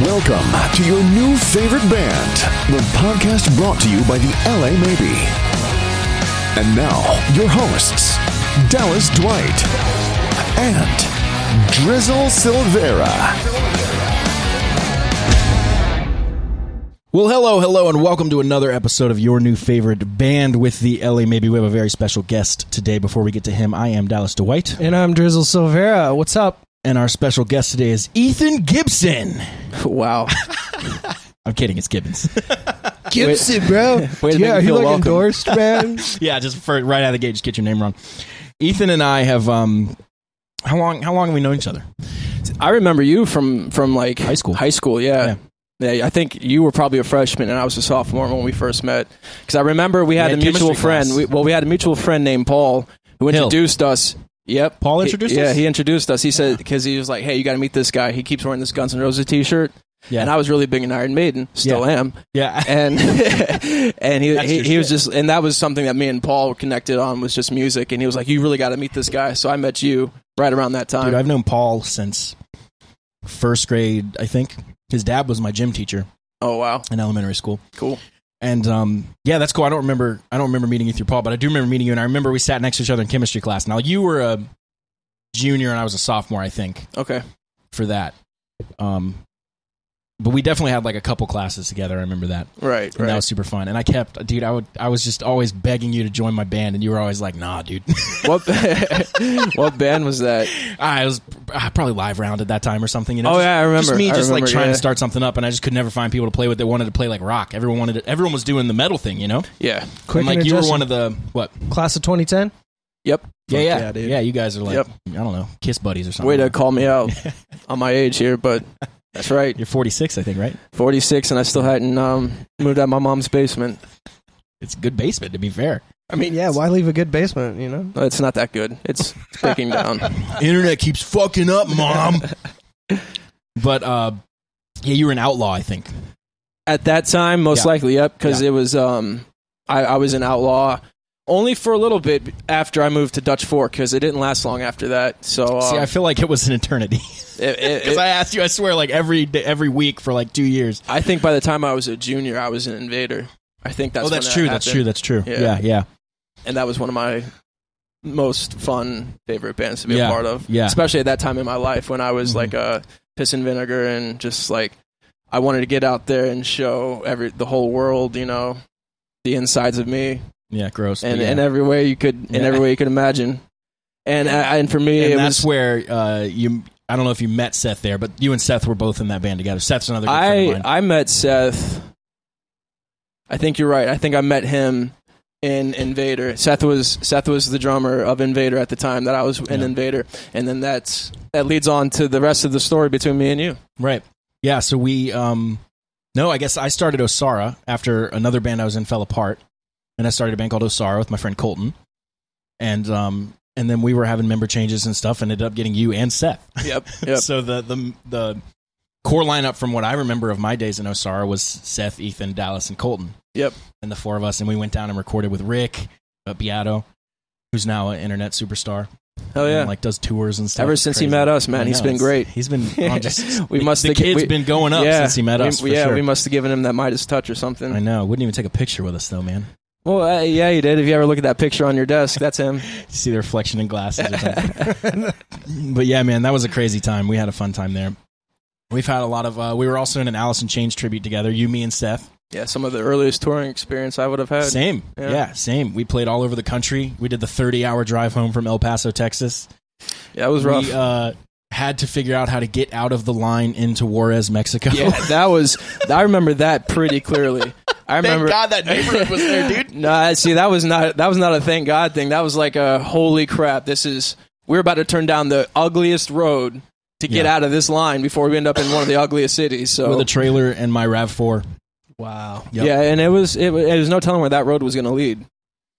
Welcome to your new favorite band, the podcast brought to you by the LA Maybe. And now, your hosts, Dallas Dwight and Drizzle Silvera. Well, hello, hello, and welcome to another episode of your new favorite band with the LA. Maybe we have a very special guest today. Before we get to him, I am Dallas Dwight, And I'm Drizzle Silvera. What's up? and our special guest today is Ethan Gibson. Wow. I'm kidding, it's Gibbons. Gibson, bro. Way to make yeah, me are you feel like welcome. endorsed, man? yeah, just for, right out of the gate, just get your name wrong. Ethan and I have um, how long? How long have we known each other? I remember you from from like high school. High school, yeah. yeah. I think you were probably a freshman and I was a sophomore when we first met. Because I remember we had had a chemistry mutual class. friend. We, well, we had a mutual friend named Paul who Hill. introduced us. Yep. Paul He- introduced yeah, us? he introduced us. He said, because he was like, hey, you got to meet this guy. He keeps wearing this Guns N' Roses t shirt. Yeah. And I was really big in Iron Maiden, still Yeah. am. Yeah, and and he, That's he, your he was shit. just and that was something that me and Paul were connected on was just music and he was like you really got to meet this guy so I met you right around that time dude, I've known Paul since first grade. I think his dad was my gym teacher oh wow in elementary school. cool And um, yeah, that's cool. I don't remember. I don't remember meeting you through Paul, but I do remember meeting you. And I remember we sat next to each other in chemistry class. Now you were a junior and I was a sophomore, I think, okay for that. Um, but we definitely had like a couple classes together. I remember that, right and that right was super fun. And I kept, dude, I would, I was just always begging you to join my band, and you were always like, "Nah, dude." what what band was that I was uh, probably live round at that time or something. You know? Oh, yeah, I remember. Just me, I just like remember, trying yeah. to start something up, and I just could never find people to play with that wanted to play like rock. Everyone wanted, to, everyone was doing the metal thing, you know. yeah And Quick like you were one of the what? class of 2010. yep Yeah, Fuck yeah, yeah, yeah, dude. You guys are like, Yep. I don't know, kiss buddies or something. way to call me out on my age here but that's right You're 46, I think, right? 46 and I still hadn't um, moved out of my mom's basement It's a good basement, to be fair. I mean, yeah, why leave a good basement, you know? No, it's not that good it's, it's breaking down Internet keeps fucking up, mom. but uh, yeah, you were an outlaw, I think. At that time, most Yeah. likely, yep, because Yeah. it was um, I, I was an outlaw only for a little bit after I moved to Dutch Fork because it didn't last long after that. So uh, See, I feel like it was an eternity it- it- because it- I asked you, I swear, like every day, every week for like two years. I think by the time I was a junior, I was an invader. I think that's oh, that's when true. that That's true. happened. That's true. Yeah. Yeah, yeah, and that was one of my most fun favorite bands to be Yeah. a part of. Yeah. especially at that time in my life when I was Mhm. like a piss and vinegar and just like I wanted to get out there and show every the whole world, you know, the insides of me. yeah. Gross. but and yeah. in every way you could in Yeah. every way you could imagine. And uh, and for me, And it that's was where uh, you. I don't know if you met Seth there, but you and Seth were both in that band together. Seth's another good friend of I mine. I met Seth. I think you're right. I think I met him in Invader. Seth was Seth was the drummer of Invader at the time that I was in Yeah. Invader, and then that's that leads on to the rest of the story between me and you. Right. Yeah. So we, um, no, I guess I started Osara after another band I was in fell apart. And I started a band called Osara with my friend Colton. And, um, and then we were having member changes and stuff and ended up getting you and Seth. Yep, yep. So the, the, the core lineup from what I remember of my days in Osara was Seth, Ethan, Dallas, and Colton. Yep. And the four of us. And we went down and recorded with Rick, uh, Beato, who's now an internet superstar. oh and, yeah. like does tours and stuff. Ever It's since he crazy. met us, man, I he's know, been it's- great. He's been on just We the- must the have- kid's we- been going up yeah, since he met we- us. for yeah, sure. we must have given him that Midas touch or something. I know. Wouldn't even take a picture with us though, man. Well, uh, yeah, he did. If you ever look at that picture on your desk, that's him. See the reflection in glasses or something. but yeah, man, that was a crazy time. We had a fun time there. We've had a lot of uh, we were also in an Allison Chains tribute together, you, me and Seth. Yeah, some of the earliest touring experience I would have had. Same. Yeah. Yeah. same. We played all over the country. We did the 30-hour drive home from El Paso, Texas. Yeah, it was rough. We uh, had to figure out how to get out of the line into Juarez, Mexico. Yeah, that was. I remember that pretty clearly. I remember. that neighborhood was there, dude. No, I- see, that was not. That was not a thank God thing. That was like a holy crap. This is. We're about to turn down the ugliest road to get Yeah. out of this line before we end up in one of the ugliest cities. So With a trailer and my RAV4. Wow. Yep. yeah, and it was. It, wa- it was no telling where that road was going to lead.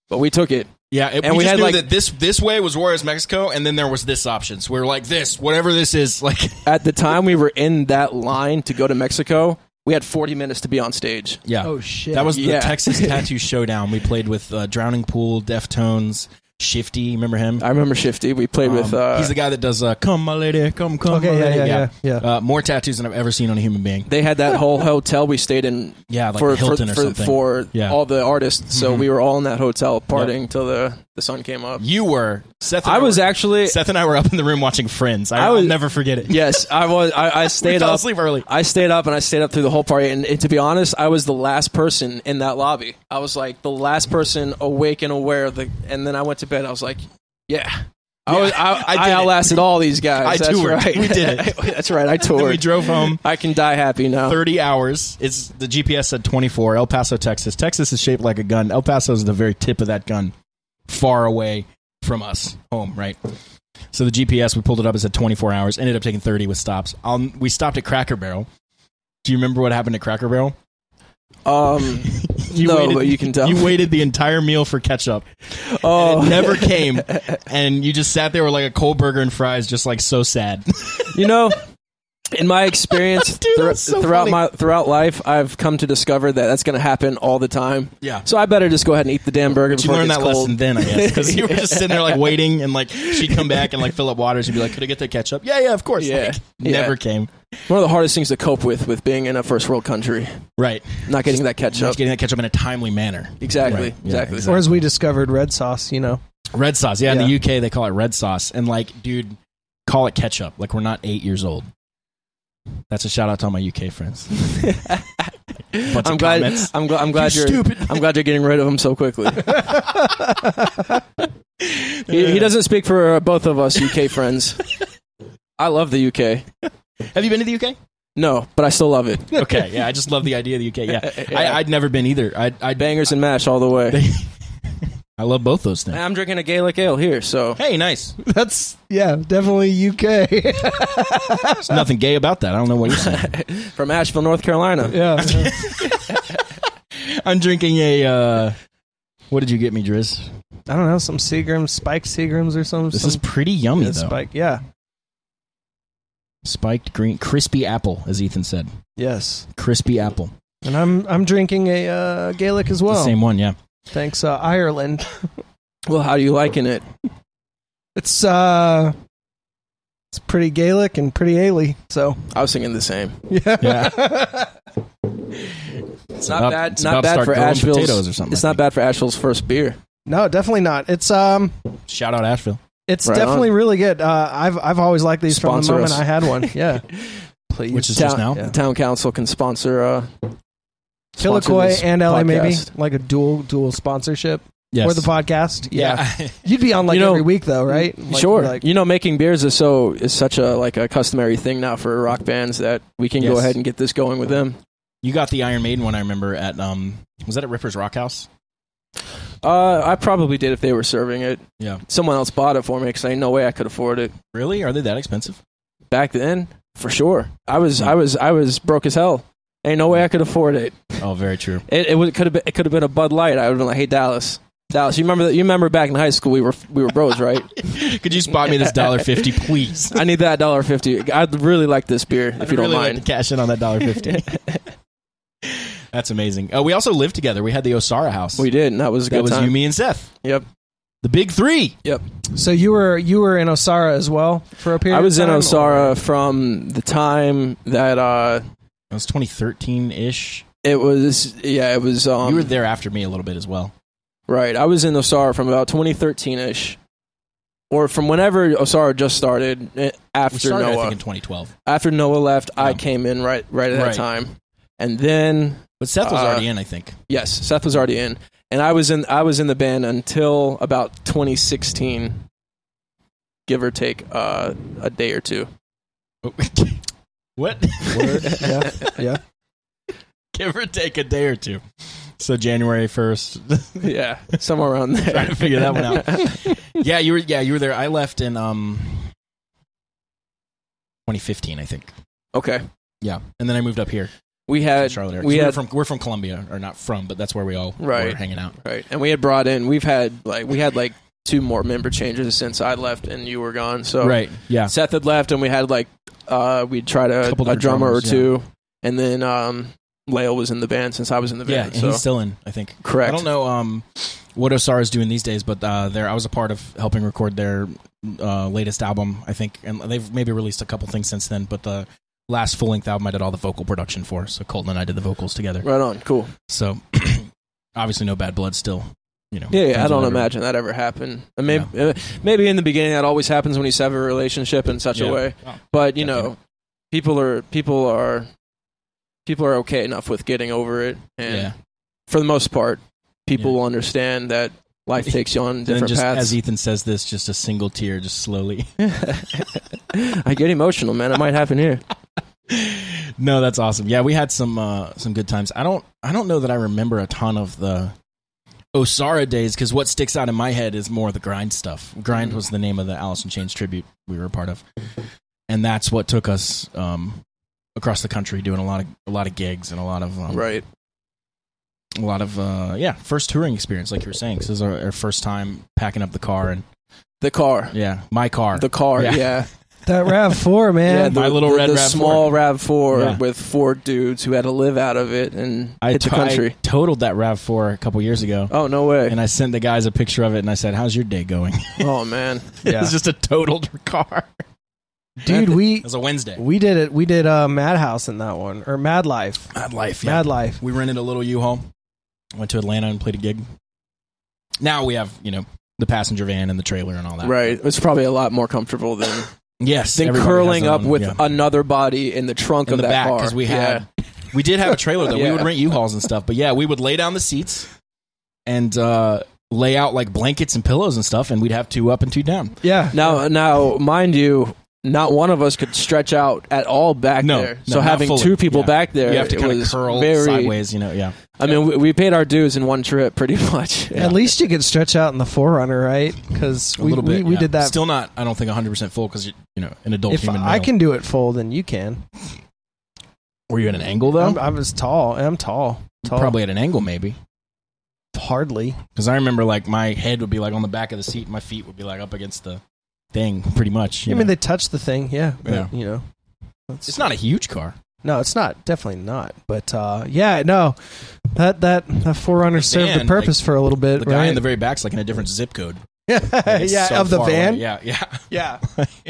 But we took it. Yeah, it, And we, we just had, knew like- that this this way was Juarez, Mexico, and then there was this option. So we were like, this, whatever this is, like, At the time we were in that line to go to Mexico, we had 40 minutes to be on stage. yeah, Oh, shit. that was the Yeah. Texas Tattoo Showdown. We played with uh, Drowning Pool, Deftones, Shifty, remember him? I remember Shifty. We played with. Um, Uh, he's the guy that does uh, "Come, my lady, come, come, Okay, my yeah, lady." yeah, yeah, yeah. Uh, more tattoos than I've ever seen on a human being. they had that whole hotel we stayed in Yeah, like for the Hilton for, or for, something. for Yeah. all the artists. So Mhm. we were all in that hotel partying till the the sun came up. you were Seth. And I was Were, actually Seth and I were up in the room watching Friends. I, I was- will never forget it. yes, I was. I, I we stayed fell up. asleep early. I stayed up and I stayed up through the whole party. And, and to be honest, I was the last person in that lobby. I was like the last person awake and aware. Of the and then I went to bed. I was like, yeah. I was I, I I, did it. outlasted all these guys. I That's toured. right. We did it. That's right. I Then we toured. drove home. I can die happy now. 30 hours. It's the GPS said 24. El Paso, Texas. Texas is shaped like a gun. El Paso is the very tip of that gun, far away from us, home, right? So the GPS, we pulled it up. It said 24 hours. Ended up taking 30 with stops. Um, we stopped at Cracker Barrel. Do you remember what happened at Cracker Barrel? Um, no, but you can tell. You waited the entire meal for ketchup. oh, It never came, and you just sat there with like a cold burger and fries, just like so sad. you know in my experience Dude, thro- that's so throughout funny. my throughout life i've come to discover that that's going to happen all the time Yeah. so i better just go ahead and eat the damn burger But you before it learned that gets cold lesson then, I guess, because you were just sitting there like waiting, and like she'd come back and like fill up waters and be like, "Could I get that ketchup?" Yeah, yeah, of course. Yeah. Like, Yeah. never came. one of the hardest things to cope with with being in a first world country Right, not getting that ketchup just getting that ketchup in a timely manner. exactly Right. Yeah, exactly exactly. Or as we discovered, red sauce. You know, Red sauce, yeah, In the Yeah. UK, they call it red sauce, and like, dude, call it ketchup. Like, we're not eight years old. That's a shout out to all my UK friends. Bunch I'm of glad, comments. I'm glad. I'm glad You're you're. stupid. I'm glad you're getting rid of him so quickly. he, he doesn't speak for both of us, UK friends. I love the UK. Have you been to the UK? No, but I still love it. Okay, yeah, I just love the idea of the UK. Yeah, I, Yeah. I'd never been either. I'd, I'd Bangers and mash all the way. I love both those things. I'm drinking a Gaelic ale here, so Hey, nice. that's yeah, definitely UK. There's nothing gay about that. I don't know what you're saying. from Asheville, North Carolina. yeah, I'm drinking a. Uh, what did you get me, Driz? I don't know, some Seagrams, Spike Seagrams or something. This is pretty yummy though. Spike. Yeah. Spiked green, crispy apple, as Ethan said. Yes. Crispy apple, And I'm I'm drinking a uh, Gaelic as It's well. the same one, yeah. Thanks, uh, Ireland. Well, how do you liking it? It's uh, it's pretty Gaelic and pretty ailey. So I was thinking the same. yeah, It's about- not bad. it's about not to bad start for growing Asheville's. potatoes or something, It's I not think. bad for Asheville's first beer. no, definitely not. It's um, Shout out Asheville. it's Right definitely really good. Uh, I've I've always liked these Sponsor from the moment us. I had one. Yeah, please. Which is Town, just now? the town council can sponsor. Uh, sponsor Killakoi this and LA maybe podcast. like a dual dual sponsorship Yes. for the podcast. yeah. you'd be on like You know- every week though, right? Like, sure. Like, you know, making beers is so is such a like a customary thing now for rock bands that we can Yes. go ahead and get this going with them. you got the Iron Maiden one. I remember at um, was that at Ripper's Rock House? Uh, I probably did if they were serving it. Yeah. Someone else bought it for me because I no way I could afford it Really? Are they that expensive? back then. For sure, I was Yeah. I was I was broke as hell. Ain't no way I could afford it. Oh, very true. It, it, was- it could have been it could have been a Bud Light. I would have been like, "Hey Dallas, Dallas, you remember that? You remember back in high school we were we were bros, right? Could you spot me this dollar fifty, please? I need that dollar fifty. I'd really like this beer if you don't really mind." like to cash in on that dollar fifty. That's amazing. Uh, we also lived together. We had the Osara house. we did, and that was a that good was time. you, me, and Seth. Yep, The big three. yep. so you were you were in Osara as well for a period. I was of in time, Osara from the time that uh, That was 2013 ish. it was. Yeah, it was. Um, you were there after me a little bit as well. right. I was in Osara from about 2013 ish, or from whenever Osara just started We eh, after started, I Noah. think, in 2012. after Noah left, Yeah. I came in right right at Right. that time, and then But Seth was Uh, already in, I think. Yes, Seth was already in, and I was in. I was in the band until about 2016, give or take uh, a day or two. what? yeah, yeah. Give or take a day or two. So January 1st. yeah, somewhere around there. Trying to figure that one out. yeah, you were. Yeah, you were there. I left in um 2015, I think. okay, Yeah, and then I moved up here we to had Charlotte. area. 'Cause Uh, we we're had from we're from Columbia, or not from, but that's where we all were Right. hanging out. right, and we had brought in. We've had like we had like two more member changes since I left and you were gone. So Right. Yeah. Seth had left, and we had like uh, we'd tried a, Couple a different drummer or drummers, yeah. two, and then um, Leo was in the band since I was in the Yeah, band. and so he's still in, I think. I Correct. don't know um, what Osara's doing these days, but uh, there I was a part of helping record their uh, latest album, I think, and they've maybe released a couple things since then. But the last full length album, I did all the vocal production for, so Colton and I did the vocals together. right on, cool. So obviously, no bad blood still. You know, Yeah, yeah I friends don't with everyone. imagine that ever happened. And maybe uh, maybe in the beginning that always happens when you have a relationship in such Yeah. a way. Oh, but you definitely. know, people are people are people are okay enough with getting over it, and Yeah. for the most part, people Yeah. will understand that life takes you on And then different just paths. as Ethan says this, just a single tear, just slowly. I get emotional, man. It might happen here. no, that's awesome. Yeah, we had some uh, some good times. I don't I don't know that I remember a ton of the Osara days because what sticks out in my head is more the grind stuff. Grind was the name of the Alice in Chains tribute we were a part of, and that's what took us um, across the country doing a lot of a lot of gigs and a lot of um, Right. a lot of uh, yeah first touring experience like you were saying. 'cause This is our, our first time packing up the car and The car. yeah my car The car, Yeah. yeah. Yeah, That Rav Four, man. My little the, red the RAV4. small RAV4 Yeah. with four dudes who had to live out of it and I, hit the t- country. I totaled that Rav Four a couple years ago. oh, no way. and I sent the guys a picture of it, and I said, "How's your day going?" oh, man. it was just a totaled car. Dude, we It was a Wednesday. we did it. We did uh, Madhouse in that one or Mad Life. Mad life. Mad Life. We rented a little U-Haul, went to Atlanta and played a gig. Now we have you know the passenger van and the trailer and all that. Right. It's probably a lot more comfortable than, Yes. than everybody has curling their up own, with yeah. another body in the trunk in of the that back car. because we had we did have a trailer though. We Yeah. would rent U-Hauls and stuff, but yeah, we would lay down the seats and uh, lay out like blankets and pillows and stuff, and we'd have two up and two down. Yeah, Yeah. Now, now, mind you, not one of us could stretch out at all back No, there. no, so not having fully. two people Yeah. back there, you have to it kind of was curl very, sideways, you know. Yeah. I mean, we, we paid our dues in one trip, pretty much. At least you could stretch out in the Forerunner, right? Because a we, little bit. we, we yeah. did that. Still not. I don't think 100 percent full because you know an adult if human. I male. can do it full, then you can. Were you at an angle though? I'm, I was tall. I'm tall. Tall. Probably at an angle, maybe. hardly. Because I remember like my head would be like on the back of the seat, and my feet would be like up against the thing, pretty much. you I mean, know. they touched the thing. Yeah, but, Yeah. You know, that's- it's not a huge car. No, it's not. Definitely not. But uh, yeah, no. That that that forerunner served van, a purpose for a little The bit, guy right? in the very back's like in a different zip code. Like, yeah, it's so of the far away. van. Yeah, yeah. Yeah.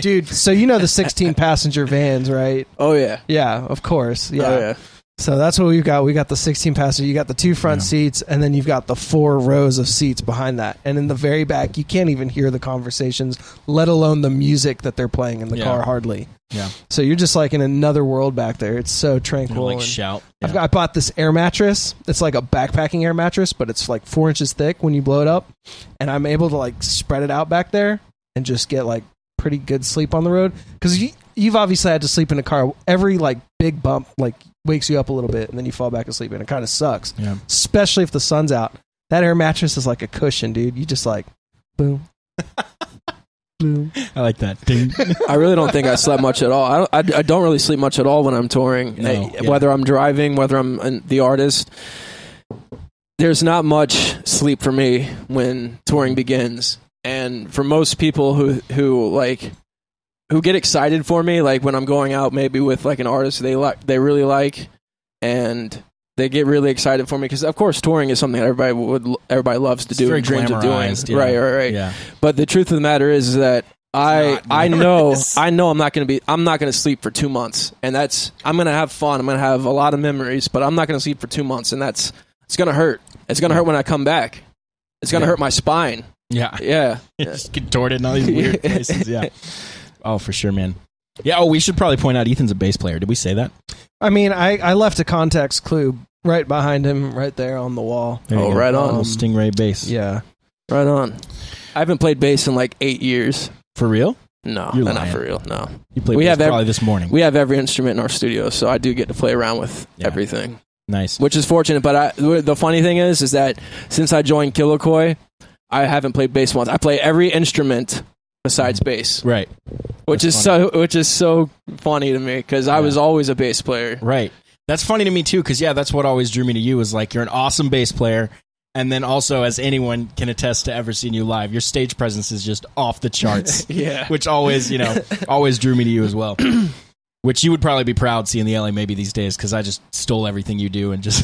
Dude, so you know the 16 passenger vans, right? Oh yeah. Yeah, of course. Yeah. Oh, yeah. So that's what we've got. We got the 16 passenger, you got the two front Yeah. seats, and then you've got the four rows of seats behind that. And in the very back, you can't even hear the conversations, let alone the music that they're playing in the Yeah. car, hardly. Yeah. So you're just like in another world back there. It's so You tranquil. know, like and- shout. I've got, I bought this air mattress. It's like a backpacking air mattress, but it's like four inches thick when you blow it up. And I'm able to like spread it out back there and just get like pretty good sleep on the road. Cause you, you've obviously had to sleep in a car. Every like big bump like wakes you up a little bit and then you fall back asleep and it kind of sucks, Yeah. especially if the sun's out. That air mattress is like a cushion, dude. You just like boom, boom. I like that. Ding. I really don't think I slept much at all. I don't, I, I don't really sleep much at all when I'm touring, No, Eh, yeah. whether I'm driving, whether I'm an, the artist. There's not much sleep for me when touring begins, and for most people who who like who get excited for me, like when I'm going out, maybe with like an artist they like they really like, and they get really excited for me because of course touring is something that everybody would everybody loves to It's do very and dreams of doing. glamorized, yeah. Right, right, right. yeah. But the truth of the matter is that I not I know glamorous. I know I'm not going to be I'm not going to sleep for 2 months and that's I'm going to have fun I'm going to have a lot of memories but I'm not going to sleep for 2 months and that's it's going to hurt. It's going to hurt when I come back. It's going to Yeah. hurt my spine. Yeah. Yeah. It's contorted in all these weird places. Yeah. Oh, for sure, man. Yeah. Oh, we should probably point out Ethan's a bass player. Did we say that? I mean, I, I left a context clue right behind him, right there on the wall. There you Oh, go. right on. Little stingray bass. Yeah. Right on. I haven't played bass in like 8 years. For real? No, You're not lying. for real. No. You played We bass have ev- probably this morning. We have every instrument in our studio so I do get to play around with Yeah. everything. nice. which is fortunate. But I, the the funny thing is, is that since I joined Killakoi, I haven't played bass once. I play every instrument besides bass, Right. which That's is funny. so which is so funny to me because I was always a bass player. Right. That's funny to me too, because yeah, that's what always drew me to you is like you're an awesome bass player, and then also as anyone can attest to ever seeing you live, your stage presence is just off the charts, Yeah, which always you know always drew me to you as well. which you would probably be proud seeing the LA maybe these days because I just stole everything you do and just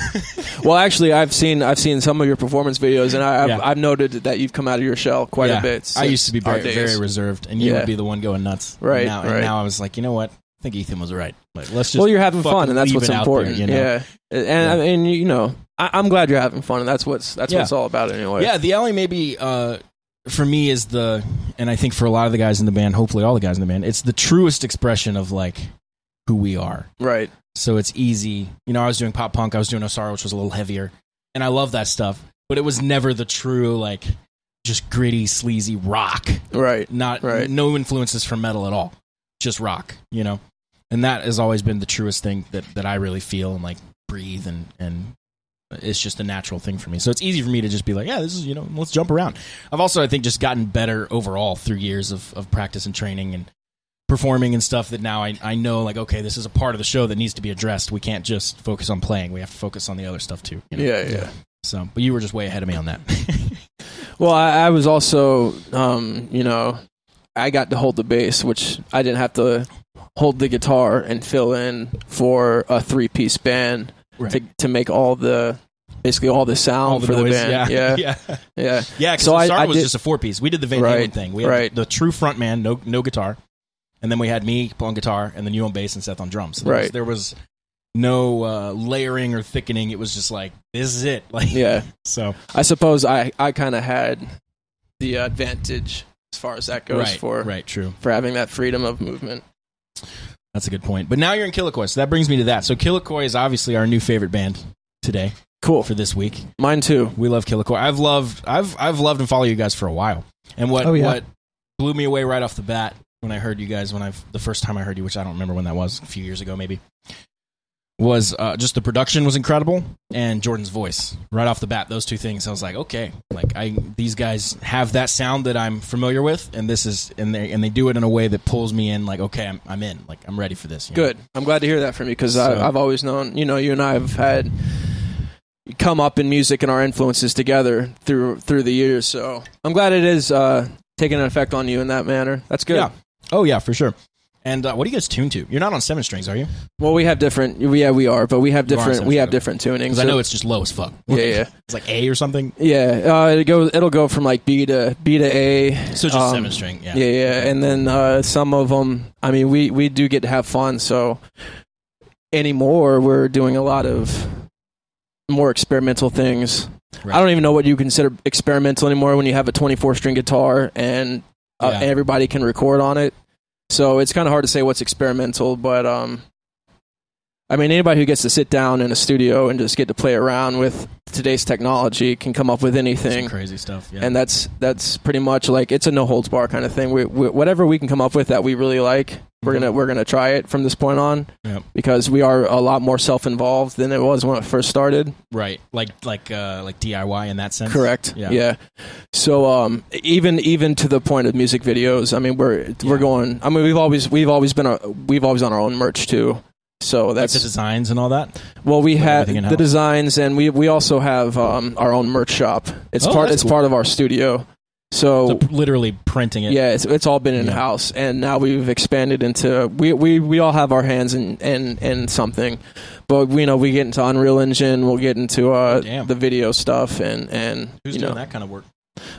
Well, actually, I've seen I've seen some of your performance videos, and I, I've, Yeah. I've noted that you've come out of your shell quite Yeah. a bit. I since used to be our very, days. very reserved, and you Yeah. would be the one going nuts. Right, And now, and right. now I was like, you know what? I think Ethan was right. Like, let's just well, you're having fucking fun, and that's leave what's it out there, important. you know? Yeah, and I mean, you know, I, I'm glad you're having fun, and that's what's that's Yeah. what it's all about anyway. Yeah, the LA maybe uh, for me is the, and I think for a lot of the guys in the band, hopefully all the guys in the band, it's the truest expression of like who we are. right. So it's easy. You know, I was doing pop punk, I was doing Osara, which was a little heavier, and I love that stuff. But it was never the true like just gritty, sleazy rock. Right. Not Right. no influences from metal at all. Just rock. You know, and that has always been the truest thing that that I really feel and like breathe and and it's just a natural thing for me. So it's easy for me to just be like, yeah, this is, you know, let's jump around. I've also, I think, just gotten better overall through years of, of practice and training and performing and stuff that now I, I know, like, okay, this is a part of the show that needs to be addressed. We can't just focus on playing. We have to focus on the other stuff too. you know? Yeah, yeah. So, but you were just way ahead of me on that. Well, I, I was also, um, you know, I got to hold the bass, which I didn't have to hold the guitar and fill in for a three piece band Right. to to make all the basically all the sound All the for noise, the band. Yeah. yeah. Yeah. yeah. Yeah, because So I- I was did- just a four piece. We did the Van Right, Halen thing. We had right. the true front man, no no guitar, and then we had me on guitar, and then you on bass and Seth on drums. So there was, Right. there was no uh, layering or thickening. It was just like this is it. Like yeah. so, I suppose I, I kind of had the advantage as far as that goes right, for right, true. for having that freedom of movement. That's a good point. But now you're in Killakoi, so that brings me to that. So Killakoi is obviously our new favorite band today Cool. for this week. Mine too. We love Killakoi. I've loved I've I've loved and followed you guys for a while. And what Oh, yeah. what blew me away right off the bat when I heard you guys when I the first time I heard you, which I don't remember when that was, a few years ago maybe, was uh, just the production was incredible and Jordan's voice right off the bat. Those two things, I was like, okay, like I these guys have that sound that I'm familiar with, and this is and they and they do it in a way that pulls me in. Like, okay, I'm I'm in. Like I'm ready for this. you know? Good. I'm glad to hear that from you because So- I've always known, you know, you and I have had come up in music and our influences together through through the years. So I'm glad it is uh, taking an effect on you in that manner. That's good. Yeah. Oh yeah, for sure. And uh, what do you guys tune to? You're not on seven strings, are you? Well, we have different. Yeah, we are, but we have You are different. We sensitive. have different tunings. Because I know it's just low as fuck. Yeah, yeah. it's like A or something. Yeah, uh, it goes. It'll go from like B to B to A. So just um, seven string. Yeah. Yeah, yeah, and then uh, some of them. I mean, we we do get to have fun. So anymore, we're doing a lot of more experimental things. Right. I don't even know what you consider experimental anymore when you have a 24 string guitar and uh, Yeah. everybody can record on it. So it's kind of hard to say what's experimental, but um, I mean, anybody who gets to sit down in a studio and just get to play around with today's technology can come up with anything Some crazy stuff. Yeah. and that's that's pretty much like it's a no holds bar kind of thing. We, we whatever we can come up with that we really like, we're gonna we're gonna try it from this point on Yep. because we are a lot more self involved than it was when it first started. right. Like like uh like DIY in that sense. Correct. Yeah. Yeah. So um, even even to the point of music videos, I mean we're Yeah. we're going. I mean we've always we've always been a, we've always done our own merch too. So Like the that's designs and all that. well, we have everything in-house. the designs, and we we also have um, our own merch shop. It's Oh, part that's it's cool. part of our studio. So So p- literally printing it. Oh. Yeah, it's, it's all been in Yeah. house, and now we've expanded into we, we, we all have our hands in in, in something, but we you know we get into Unreal Engine, we'll get into uh, Oh, Damn. the video stuff, and and Who's you doing know, that kind of work?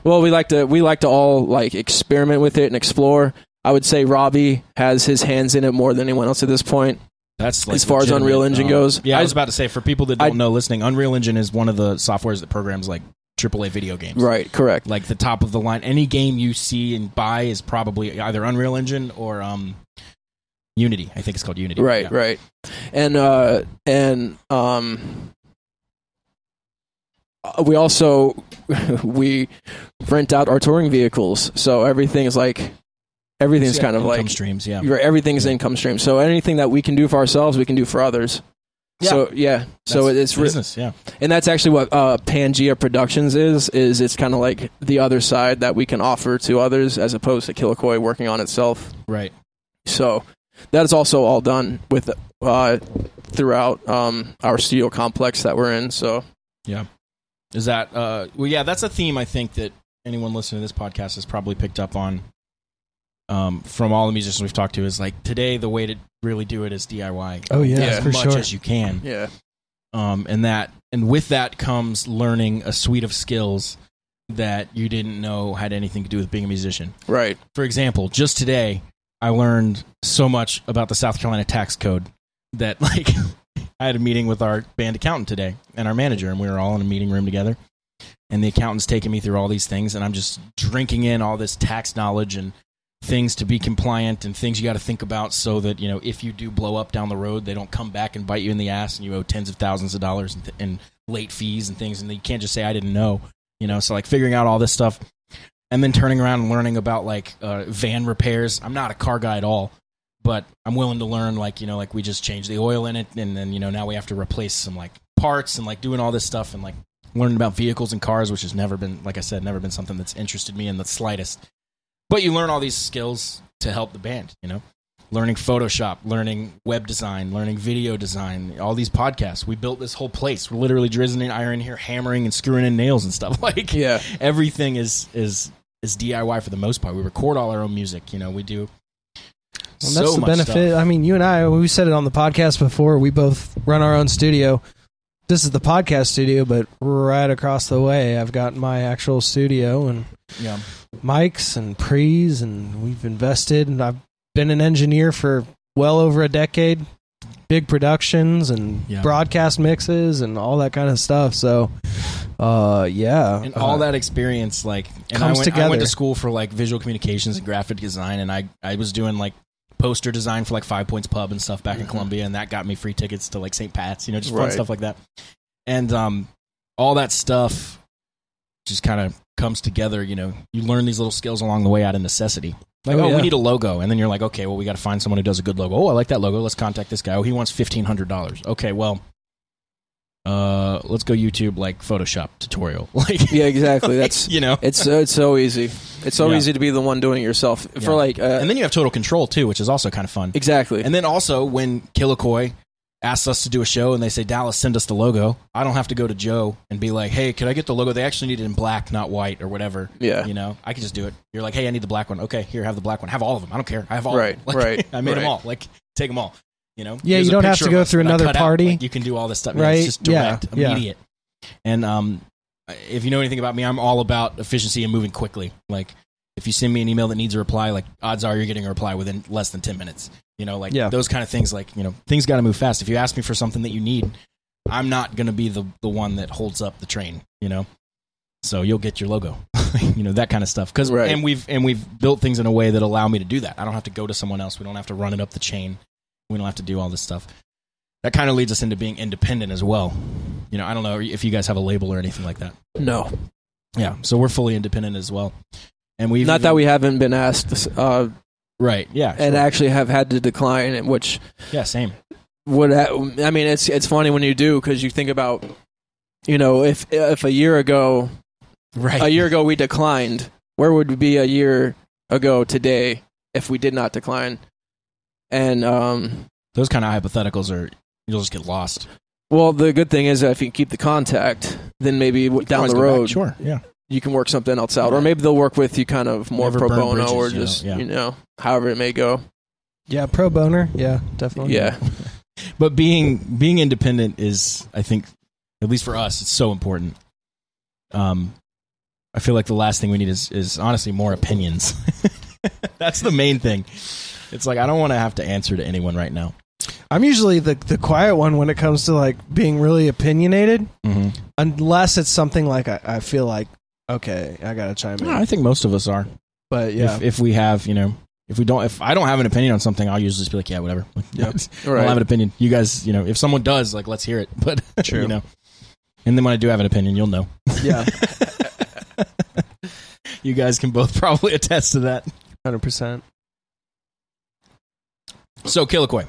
well we like to we like to all like experiment with it and explore. I would say Robbie has his hands in it more than anyone else at this point. That's like As far as legitimate, Unreal Engine um, goes, Yeah, I, I- was about to say for people that don't I- know listening, Unreal Engine is one of the softwares that programs like AAA video games. Right, correct. Like the top of the line, any game you see and buy is probably either Unreal Engine or um, Unity. I think it's called Unity. Right, Yeah. right. And uh and um uh, we also we rent out our touring vehicles. So everything is like everything's Yeah, kind of income like streams. Yeah, your everything's income stream. So anything that we can do for ourselves, we can do for others. Yeah. So yeah, so That's it's re- business. Yeah, and that's actually what uh, Pangea Productions is. Is it's kind of like the other side that we can offer to others, as opposed to Killikoi working on itself. right. So that is also all done with uh, throughout um, our studio complex that we're in. So Is that uh well yeah, that's a theme I think that anyone listening to this podcast has probably picked up on um, from all the musicians we've talked to is like today the way to really do it is DIY. Oh, yeah, as for much sure. as you can. Yeah. Um, and that and with that comes learning a suite of skills that you didn't know had anything to do with being a musician. Right. For example, just today I learned so much about the South Carolina tax code that like I had a meeting with our band accountant today and our manager and we were all in a meeting room together and the accountant's taking me through all these things and I'm just drinking in all this tax knowledge and things to be compliant and things you got to think about so that you know if you do blow up down the road they don't come back and bite you in the ass and you owe tens of thousands of dollars in, in late fees and things and you can't just say I didn't know you know so like figuring out all this stuff and then turning around and learning about like uh, van repairs I'm not a car guy at all but I'm willing to learn like you know like we just changed the oil in it and then you know now we have to replace some like parts and like doing all this stuff and like learning about vehicles and cars which has never been like I said never been something that's interested me in the slightest but you learn all these skills to help the band you know learning photoshop learning web design learning video design all these podcasts we built this whole place we're literally drizzling iron here hammering and screwing in nails and stuff like Yeah. everything is is is DIY for the most part we record all our own music you know we do Well, so that's the much stuff. benefit. I mean, you and I, we said it on the podcast before. We both run our own studio. This is the podcast studio, but right across the way, I've got my actual studio and yeah mics and pre's, and we've invested. And I've been an engineer for well over a decade. Big productions and Yeah. broadcast mixes and all that kind of stuff. So, uh, yeah, and Uh, all that experience like and I went, comes I together. went to school for like visual communications and graphic design and I, I was doing like poster design for like five points pub and stuff back Mm-hmm. in columbia and that got me free tickets to like st pat's you know just fun Right. stuff like that and um, all that stuff just kind of comes together you know you learn these little skills along the way out of necessity like Oh, oh, yeah. we need a logo and then you're like okay well we got to find someone who does a good logo oh i like that logo let's contact this guy oh he wants $1500 okay well uh, let's go youtube like photoshop tutorial like Yeah. Exactly. That's you know it's so- it's so easy. It's so Yeah. easy to be the one doing it yourself Yeah. for like. Uh, and then you have total control too which is also kind of fun exactly. and then also when Killicoy asked us to do a show and they say dallas send us the logo i don't have to go to joe and be like hey could i get the logo they actually need it in black not white or whatever Yeah. you know i can just do it you're like hey i need the black one okay here have the black one have all of them i don't care i have all Right, of them. Like, right, i made right. them all like take them all you know Yeah, Here's you a don't have picture to of go us through that I another cut out. party. Like, you can do all this stuff Yeah, Right? it's just Yeah, direct yeah. immediate and um if you know anything about me i'm all about efficiency and moving quickly like if you send me an email that needs a reply like odds are you're getting a reply within less than 10 minutes you know like Yeah. those kind of things like you know things got to move fast if you ask me for something that you need i'm not going to be the the one that holds up the train you know so you'll get your logo you know that kind of stuff cuz Right. and we've and we've built things in a way that allow me to do that i don't have to go to someone else we don't have to run it up the chain we don't have to do all this stuff that kind of leads us into being independent as well you know i don't know if you guys have a label or anything like that no, yeah so we're fully independent as well and we've not that we haven't been asked uh, right yeah and sure. actually have had to decline, and which yeah same would ha- I mean it's it's funny when you do because you think about you know if if a year ago right a year ago we declined where would we be a year ago today if we did not decline and um those kind of hypotheticals are you'll just get lost well the good thing is that if you keep the contact then maybe w- down Always the go back, road sure yeah you can work something else out or maybe they'll work with you kind of more Never pro burn bridges, bono or you know, just yeah. you know however it may go yeah, pro boner, yeah, Oh, definitely, yeah but being being independent is i think at least for us it's so important um i feel like the last thing we need is is honestly more opinions that's the main thing it's like i don't want to have to answer to anyone right now I'm usually the the quiet one when it comes to like being really opinionated, mm-hmm. unless it's something like I, I feel like okay, I gotta chime in. i think most of us are But yeah, if, if we have you know if we don't if i don't have an opinion on something i'll usually just be like yeah whatever Yeah. i don't have an opinion you guys you know if someone does like let's hear it but True. you know and then when i do have an opinion you'll know yeah, you guys can both probably attest to that hundred percent. so Killicoy.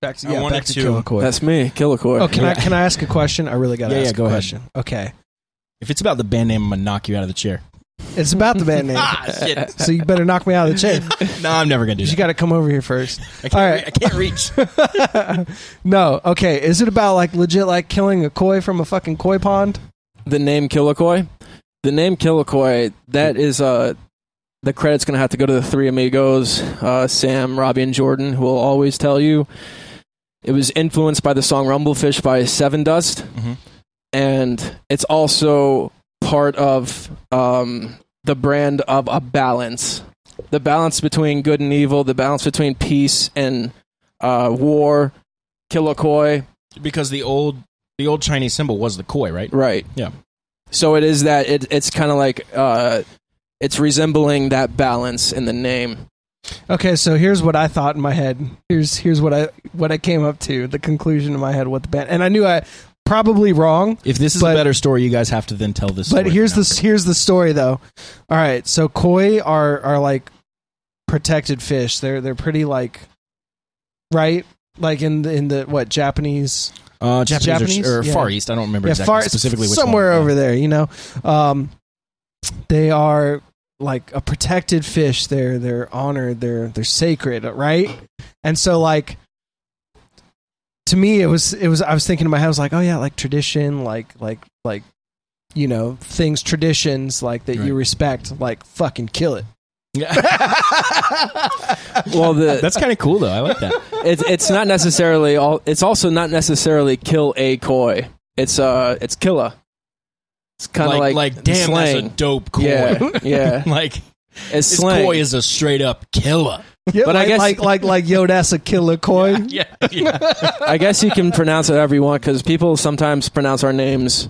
Back to I yeah, wanted back to, to- Killicoy. that's me Killicore. Oh, can I Yeah. can I ask a question? I really gotta Yeah, yeah, ask go a ahead. question. Okay, If it's about the band name, I'm gonna knock you out of the chair. it's about the band name, Ah, shit! so you better knock me out of the chair. no, I'm never gonna do You that. got to come over here first. I can't, all re- right. I can't reach. no, okay. Is it about like legit like killing a koi from a fucking koi pond? the name Killicoy. The name Killicoy, that is a the credit's going to have to go to the three amigos, uh, Sam, Robbie, and Jordan, who will always tell you it was influenced by the song Rumblefish by Seven Dust. Mhm. And it's also part of um, the brand of a balance the balance between good and evil, the balance between peace and uh, war, Kilokoi. because the old the old Chinese symbol was the koi, right? Right. Yeah. So it is that it, it's kind of like uh, it's resembling that balance in the name. Okay, so here's what I thought in my head. Here's here's what I what I came up to, the conclusion in my head what the band and I knew I probably wrong, If this is a But- better story, you guys have to then tell this. but story here's now. the here's the story though. All right, so koi are are like protected fish. They're they're pretty like right like in the in the what Japanese uh, Japanese, Japanese? or, or Yeah. Far East. I don't remember exactly far- specifically which somewhere one. over there, you know. Um, they are like a protected fish. They're they're honored. They're they're sacred, right? And so like to me, it was it was I was thinking in my head, I was like, oh yeah, like tradition, like like like you know things traditions like that you Right. respect, like fucking kill it. Yeah. Well, the That's kind of cool though. I like that. it's it's not necessarily all. It's also not necessarily kill a koi. It's uh, it's killa. It's kind of like, like, the damn, slang. that's a dope koi. Yeah, yeah. like It's this slang. koi is a straight up killer. Yeah, But I like, guess- like like like yo, that's a killer koi. Yeah, yeah. I guess you can pronounce it however you want because people sometimes pronounce our names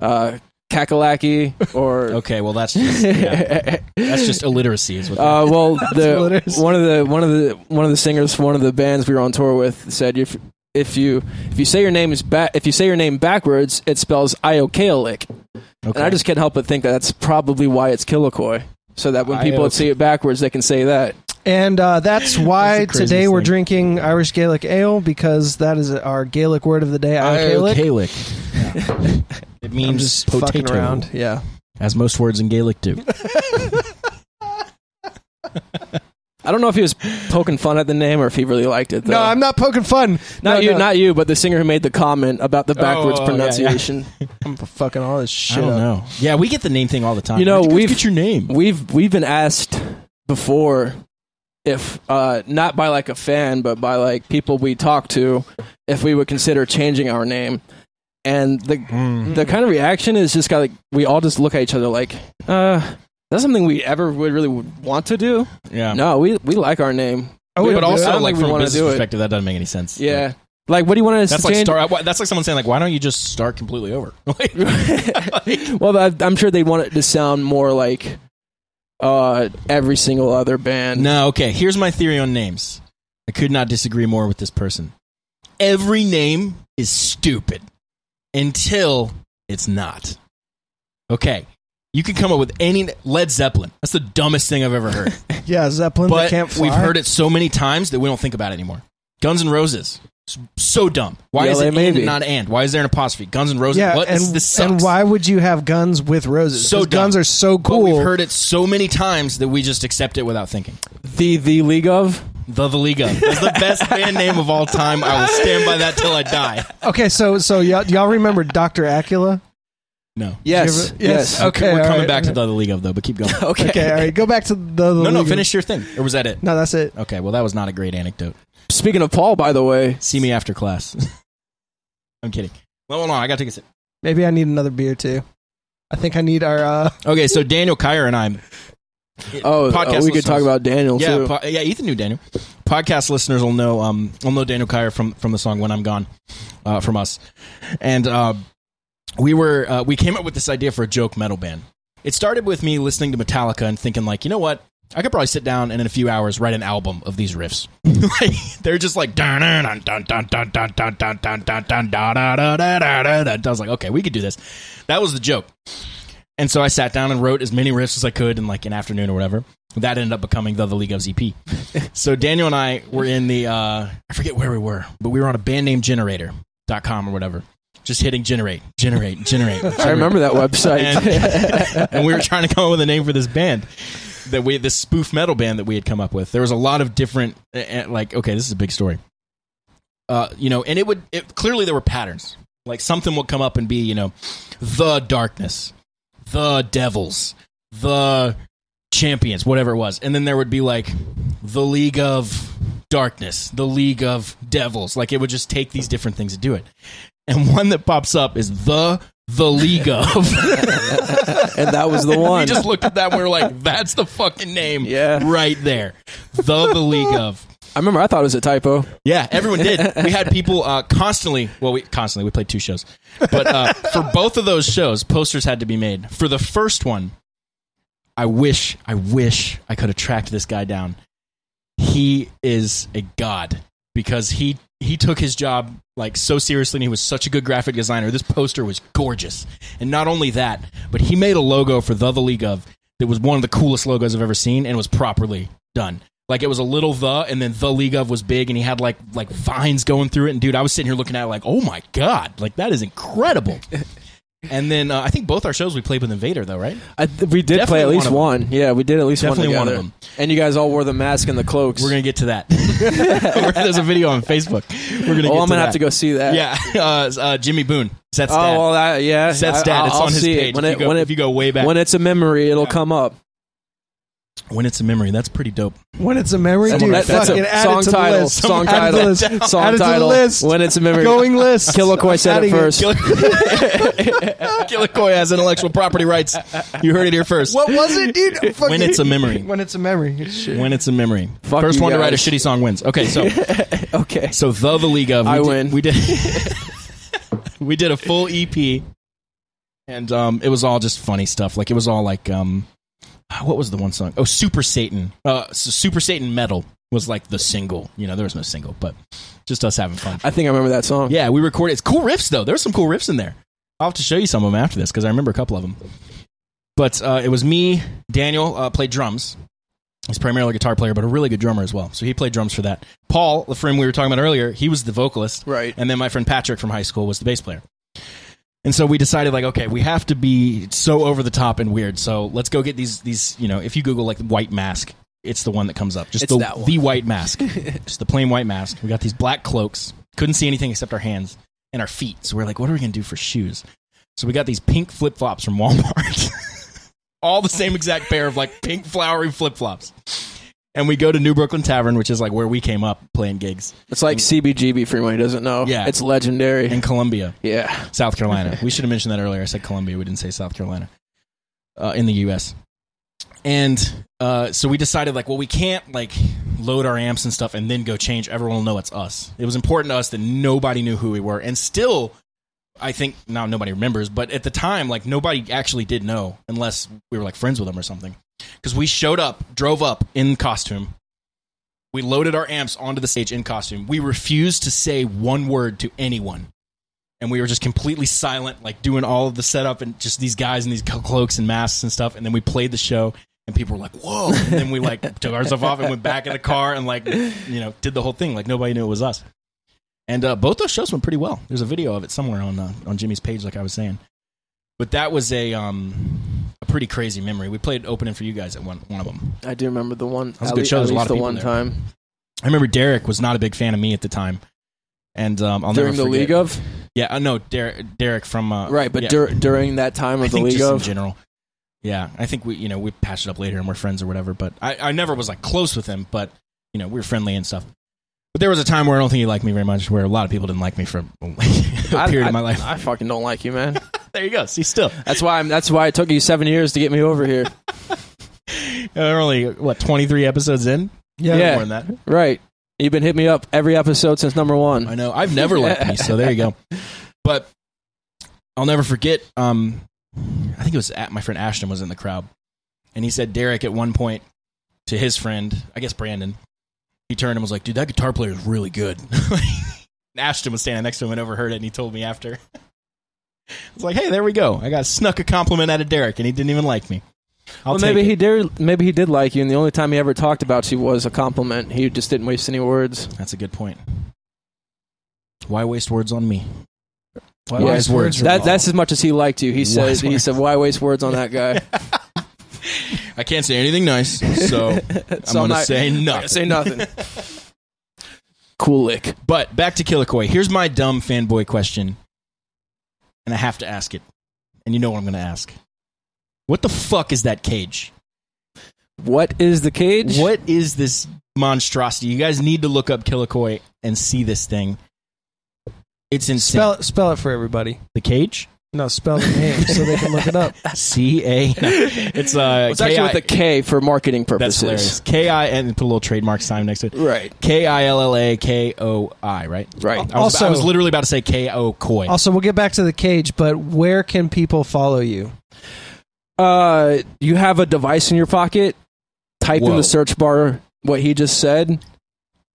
uh, Kakalaki or. okay, well that's just, yeah. that's just illiteracy. Is what that Uh, well, what the it is. one of the one of the one of the singers from one of the bands we were on tour with said if if you if you say your name is ba- if you say your name backwards, it spells Iokalic, okay. and I just can't help but think that that's probably why it's Killikoi, so that when people Ioc- see it backwards, they can say that. And uh, that's That's why the craziest today we're thing. drinking Irish Gaelic ale because that is our Gaelic word of the Uh, day. Irish Gaelic. Gaelic. It means I'm just potato, fucking around. Yeah. as most words in Gaelic do. I don't know if he was poking fun at the name or if he really liked it. Though. No, I'm not poking fun. not No, you, no. not you, but the singer who made the comment about the backwards oh, yeah, yeah. pronunciation. I'm fucking all this I shit. don't up. know. Yeah, we get the name thing all the time. You know, Where'd guys we've- get your name. We've we've been asked before if uh, not by like a fan, but by like people we talk to, if we would consider changing our name. And the the Hmm. kind of reaction is just kind of like we all just look at each other like, uh, that's something we ever would really would want to do. Yeah. No, we we like our name. I wouldn't But but do also, it. also, don't like think from we a wanna business do it. perspective, that doesn't make any sense. Yeah. Like, what do you want us that's to like change? start. why- That's like someone saying like, "Why don't you just start completely over?" Like- like- well, I- I'm sure they want it to sound more like uh, every single other band. no, okay. Here's my theory on names. I could not disagree more with this person. Every name is stupid until it's not. Okay, you can come up with any Led Zeppelin. That's the dumbest thing I've ever heard. yeah, Zeppelin. they but can't fly. we've heard it so many times that we don't think about it anymore. Guns N' Roses, S- so dumb. Why is Yeah, it they may and be. not and? Why is there an apostrophe? Guns N' Roses. Yeah, what? and, This- this sucks. and why would you have guns with roses? So 'Cause dumb. guns are so cool. But we've heard it so many times that we just accept it without thinking. The the League of The Valiga is the best band name of all time. I will stand by that till I die. okay, so so y'all, y'all remember Doctor Acula? No. yes, You ever- yes. yes. Okay, We're all coming right. back to the Valiga though, but keep going. Okay. Okay, all right, go back to the, the No, no, legal- finish your thing. Or was that it? No, that's it. Okay, well that was not a great anecdote. Speaking of Paul, by the way, See me after class. I'm kidding. Well, hold on, I gotta take a sip. Maybe I need another beer too. I think I need our. Uh, Okay, so Daniel Kier and I oh, oh, we could listeners. talk about Daniel Yeah, too. po- yeah. Ethan knew Daniel. Podcast listeners will know. Um, will know Daniel Kier from from the song "When I'm Gone," uh, from us. And uh, we were uh, we came up with this idea for a joke metal band. It started with me listening to Metallica and thinking like, you know what? I could probably sit down and in a few hours write an album of these riffs. like they're just like dun dun dun dun dun dun dun dun dun dun dun da da da da da da da. I was like, okay, we could do this. That was the joke. And so I sat down and wrote as many riffs as I could in like an afternoon or whatever. That ended up becoming the The League of EP. so Daniel and I were in the uh, I forget where we were, but we were on a band name generator.com or whatever. Just hitting generate, generate, generate. I remember that website. And, and we were trying to come up with a name for this band that we this spoof metal band that we had come up with. There was a lot of different eh, eh, like okay, this is a big story. Uh, you know, and it would it, clearly there were patterns. Like something would come up and be you know, the darkness, the devils, the champions, whatever it was. And then there would be like the League of Darkness, the League of Devils. Like it would just take these different things to do it. And one that pops up is the the League of. and that was the we one. just looked at that and we were like, that's the fucking name Yeah. right there. The the League of. I remember I thought it was a typo. Yeah, everyone did. We had people uh, constantly. Well, we constantly we played two shows, but uh, for both of those shows, posters had to be made. For the first one, I wish, I wish I could have tracked this guy down. He is a god because he he took his job like so seriously, and he was such a good graphic designer. This poster was gorgeous, and not only that, but he made a logo for the the league of that was one of the coolest logos I've ever seen, and was properly done. Like it was a little the, and then the league of was big, and he had like like vines going through it. And dude, I was sitting here looking at it like, oh my god, like that is incredible. and then uh, I think both our shows we played with Invader though, right? I, th- we did Definitely play at one least of 'em. one. Yeah, we did at least Definitely one one together. of 'em. And you guys all wore the mask and the cloaks. We're gonna get to that. There's a video on Facebook. We're gonna. get to oh, I'm gonna that. have to go see that. Yeah, uh, uh, Jimmy Boone. Seth's Oh, dad. well, that, yeah. Seth's I- dad. I'll- it's I'll on his see it. page. When if, it- you go, when it- if you go way back, when it's a memory, it'll come up. when it's a memory, that's pretty dope. When it's a memory, That's dude, a- that's a fucking add song it to title. the list. Song add title. It to the list. Song add it to the title. list. When it's a memory. Going list. Killakoi said it Adding first. Killer, Killer Koi has intellectual property rights. You heard it here first. What was it, dude? When Fucking- it's a memory. When it's a memory. Shit. When it's a memory. Fuck First you one to write a guys. shitty song wins. Okay, so okay. so the the league of we I did, win. We did we did a full EP, and um, it was all just funny stuff. Like it was all like um, what was the one song? Oh, Super Satan. Uh, S- Super Satan Metal was like the single. You know, there was no single, but just us having fun. I think I remember that song. Yeah, we recorded. It's cool riffs though. There's some cool riffs in there. I'll have to show you some of them after this because I remember a couple of them. But uh, it was me, Daniel uh, played drums. He's primarily a guitar player, but a really good drummer as well. So he played drums for that. Paul, the friend we were talking about earlier, he was the vocalist, Right. and then my friend Patrick from high school was the bass player. And so we decided, like, okay, we have to be so over the top and weird. So let's go get these these. You know, if you Google like white mask, it's the one that comes up. Just It's the that one. the white mask, just the plain white mask. We got these black cloaks. Couldn't see anything except our hands and our feet. So we're like, what are we gonna do for shoes? So we got these pink flip flops from Walmart. All the same exact pair of like pink flowery flip flops. And we go to New Brooklyn Tavern, which is like where we came up playing gigs It's like CBGB for anyone who doesn't know. Yeah. It's legendary. in Columbia. yeah. South Carolina. we should have mentioned that earlier. I said Columbia. We didn't say South Carolina uh, in the U.S. And uh, so we decided, like, well, we can't like load our amps and stuff and then go change. Everyone will know it's us. It was important to us that nobody knew who we were, and still, I think now nobody remembers. But at the time, like, nobody actually did know unless we were like friends with them or something, because we showed up, drove up in costume. We loaded our amps onto the stage in costume. We refused to say one word to anyone and we were just completely silent, like doing all of the setup and just these guys in these clo- cloaks and masks and stuff. And then we played the show, and people were like, "Whoa!" And then we like took our stuff off and went back in the car and like you know did the whole thing. Like nobody knew it was us. And uh, both those shows went pretty well. There's a video of it somewhere on uh, on Jimmy's page, like I was saying. But that was a um, a pretty crazy memory. We played opening for you guys at one one of them. I do remember the one. was a at good le- show. At There's a least lot of the people one there. time. I remember Derek was not a big fan of me at the time, and um, I'll during the never forget. League of? yeah, uh, no, Der- Derek from uh, Right, but yeah. dur- during that time of I the think League just in of? general. Yeah, I think we you know we patched it up later and we're friends or whatever. But I, I never was like close with him, but you know we were friendly and stuff. But there was a time where I don't think he liked me very much, where a lot of people didn't like me for a I- period I, of my life. I fucking don't like you, man. there you go. See, still That's why I'm, that's why it took you seven years to get me over here. we're only what twenty three episodes in. Yeah. more than that. Right. You've been hitting me up every episode since number I one. know. I've never liked me, so there you go. But I'll never forget. Um, I think it was at, my friend Ashton was in the crowd, and he said Derek at one point to his friend, I guess Brandon. He turned and was like, "Dude, that guitar player is really good." And Ashton was standing next to him and overheard it, and he told me after. I was like, "Hey, there we go. I got snuck a compliment out of Derek, and he didn't even like me." I'll Well, take maybe it. he did. Maybe he did like you, and the only time he ever talked about you was a compliment. He just didn't waste any words. That's a good point. Why waste words on me? Yeah. Wise words. That, that's as much as he liked you. He said. Wise He words. said, "Why waste words on that guy?" I can't say anything nice, so I'm So gonna not- say nothing. I'm gonna Say nothing. cool lick. But back to Killikoi. Here's my dumb fanboy question, and I have to ask it. And you know what I'm going to ask. What the fuck is that cage? What is the cage? What is this monstrosity? You guys need to look up Killikoi and see this thing. It's insane. Spell spell it for everybody. the cage. No, spell the name so they can look it up. C A. It's uh. It's actually K-I- with a K for marketing That's purposes. hilarious. K I and put a little trademark sign next to it. Right. K I L L A K O I. Right. Right. I was, Also- I was literally about to say K O Koi. Also, we'll get back to the cage, but where can people follow you? Uh, you have a device in your pocket. Type in Whoa. the search bar what he just said,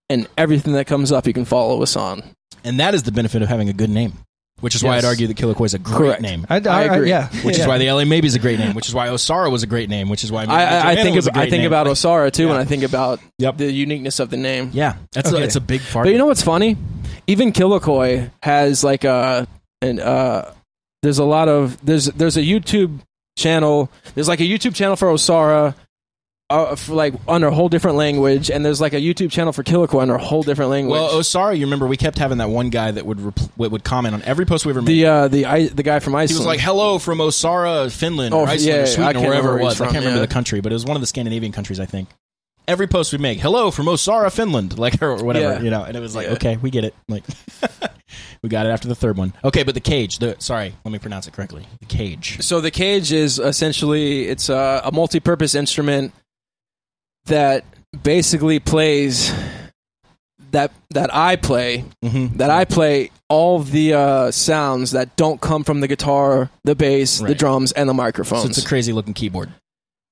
and everything that comes up, you can follow us on. and that is the benefit of having a good name, which is why Yes. I'd argue that Killikoi is a great Correct. name. I, I agree. yeah, Which is Yeah. why the LA Maybe is a great name. Which is why Osara was a great name. Which is why I, I, I Joanna think was a ab- I great think name. about Osara too, Yeah. and I think about Yep. the uniqueness of the name. Yeah, that's a, Okay. it's a big part. But you know what's funny? Even Killikoi has like a and uh there's a lot of there's there's a YouTube channel. There's like a YouTube channel for Osara uh, for like under a whole different language and there's like a YouTube channel for Killikoi under a whole different language. well, Osara, you remember we kept having that one guy that would repl- that would comment on every post we ever made. the uh the I, the guy from Iceland. he was like, "Hello from Osara, Finland, Oh, or Iceland, yeah, or I Sweden, or can't wherever remember it where was." he's I can't from, remember yeah. the country, but it was one of the Scandinavian countries, I think." Every post we make, "Hello from Osara, Finland," like or whatever, Yeah. you know, and it was like, Yeah. "Okay, we get it." Like, we got it after the third one. Okay, but the cage. The sorry, let me pronounce it correctly. The cage. So the cage is essentially it's a, a multi-purpose instrument that basically plays that that I play Mm-hmm. that I play all the uh, sounds that don't come from the guitar, the bass, the Right. drums, and the microphones. So it's a crazy looking keyboard.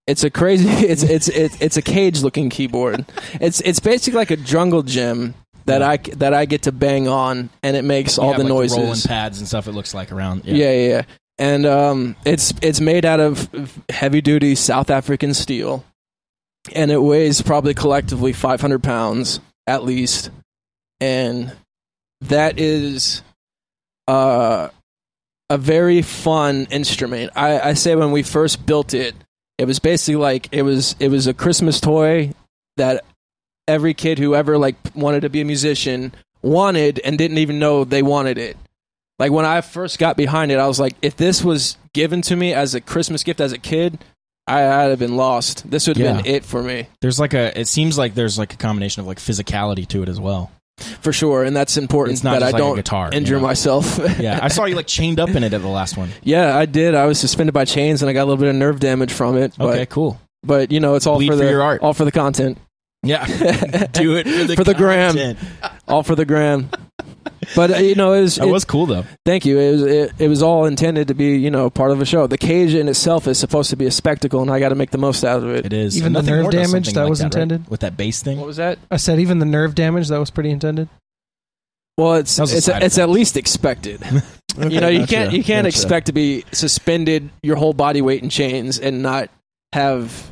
It's a crazy. It's it's it's, it's a cage looking keyboard. it's it's basically like a jungle gym that I c- that I get to bang on, and it makes all You have, the like, noises. rolling pads and stuff. It looks like around. yeah. yeah, yeah, And um, it's it's made out of heavy duty South African steel, and it weighs probably collectively 500 pounds at least, and that is uh, a very fun instrument. I, I say when we first built it, it was basically like it was it was a Christmas toy that every kid who ever like wanted to be a musician wanted and didn't even know they wanted it. Like when I first got behind it, I was like, if this was given to me as a Christmas gift as a kid, I, I'd have been lost. This would have been Yeah. it for me There's like a. It seems like there's like a combination of like physicality to it as well. for sure, and that's important It's not that just like I a don't guitar, you injure know? myself. Yeah, I saw you like chained up in it at the last one. yeah, I did. I was suspended by chains, and I got a little bit of nerve damage from it. But, Okay, cool. but you know, it's all Bleed for for the your art. all for the content, Yeah, do it for the For the gram. content. all for the gram. but uh, you know, it was, That it- was cool though. Thank you. It was it, it was all intended to be you know part of a show. The cage in itself is supposed to be a spectacle, and I got to make the most out of it. It is Even And the nothing nerve more does damage something that was right? intended? with that bass What thing. was that? I said even the nerve damage that was pretty intended. Well, it's That was a it's, side it's at effect. least expected. you know, you can't you can't expect to be suspended your whole body weight in chains and not have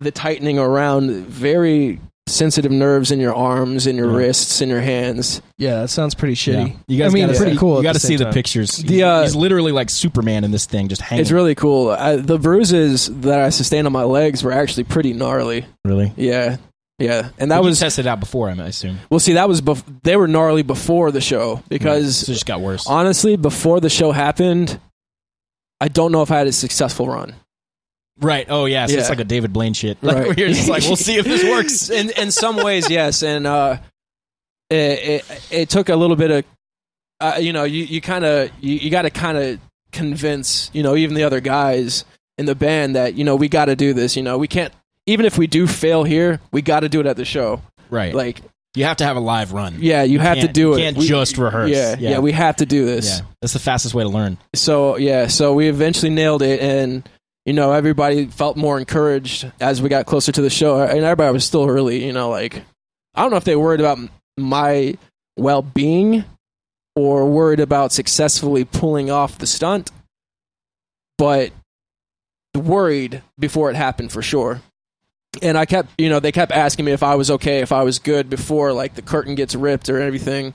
the tightening around very sensitive nerves in your arms, in your Yeah. wrists, in your hands. Yeah, that sounds pretty shitty. Yeah. You guys I mean, gotta pretty see, cool. You got to see the picture. pictures. The, uh, He's literally like Superman in this thing, just hanging. It's really cool. I, the bruises that I sustained on my legs were actually pretty gnarly. really. Yeah. Yeah, and that But you was Mm-hmm. tested out before. I assume well. See, that was bef- they were gnarly before the show because so it just got worse. honestly, before the show happened, I don't know if I had a successful run. right. Oh yeah. So Yeah. it's like a David Blaine shit. Like Right. we're just like we'll see if this works. in in some ways, yes, and uh, it, it it took a little bit of, uh, you know, you you kind of you, you got to kind of convince, you know, even the other guys in the band that you know we got to do this. You know, we can't even if we do fail here, we got to do it at the show. Right. Like Like, you have to have a live run. yeah, you, have to can't- do you it. can't We- just rehearse. Yeah, yeah, Yeah. we have to do this. Yeah. That's the fastest way to learn. so yeah so we eventually nailed it and you know everybody felt more encouraged as we got closer to the show and everybody was still really you know like i don't know if they worried about m- my well-being or worried about successfully pulling off the stunt but worried before it happened for sure and i kept you know they kept asking me if i was okay if i was good before like the curtain gets ripped or everything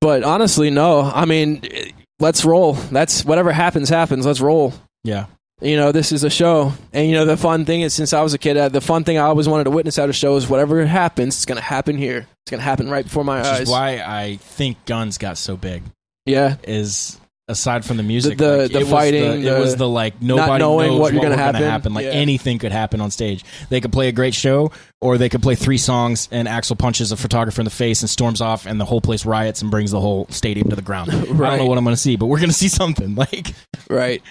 but honestly no i mean it- let's roll that's whatever happens happens let's roll Yeah. you know this is a show and you know the fun thing is since i was a kid uh, the fun thing i always wanted to witness at a show is whatever happens it's gonna happen here it's gonna happen right before my Which eyes is why I think guns got so big. yeah Is aside from the music, the- like, the it was fighting, it was the the like nobody knowing knows what you're going gonna to happen. happen. Like Yeah. anything could happen on stage. They could play a great show, or they could play three songs and Axel punches a photographer in the face and storms off, and the whole place riots and brings the whole stadium to the ground. I Right. don't know what I'm going to see, but we're going to see something. Like, right?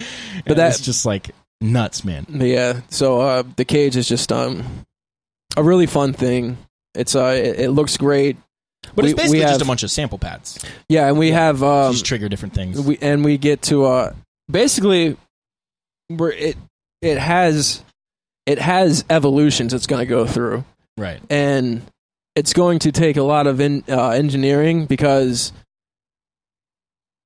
but that's that's- just like nuts, man. Yeah. So uh, the cage is just um a really fun thing. It's uh it, it looks great. But We- it's basically we have- just a bunch of sample pads. Yeah, and we have um just trigger different things. we and we get to uh basically we're it it has it has evolutions it's going to go through right. and it's going to take a lot of in, uh, engineering because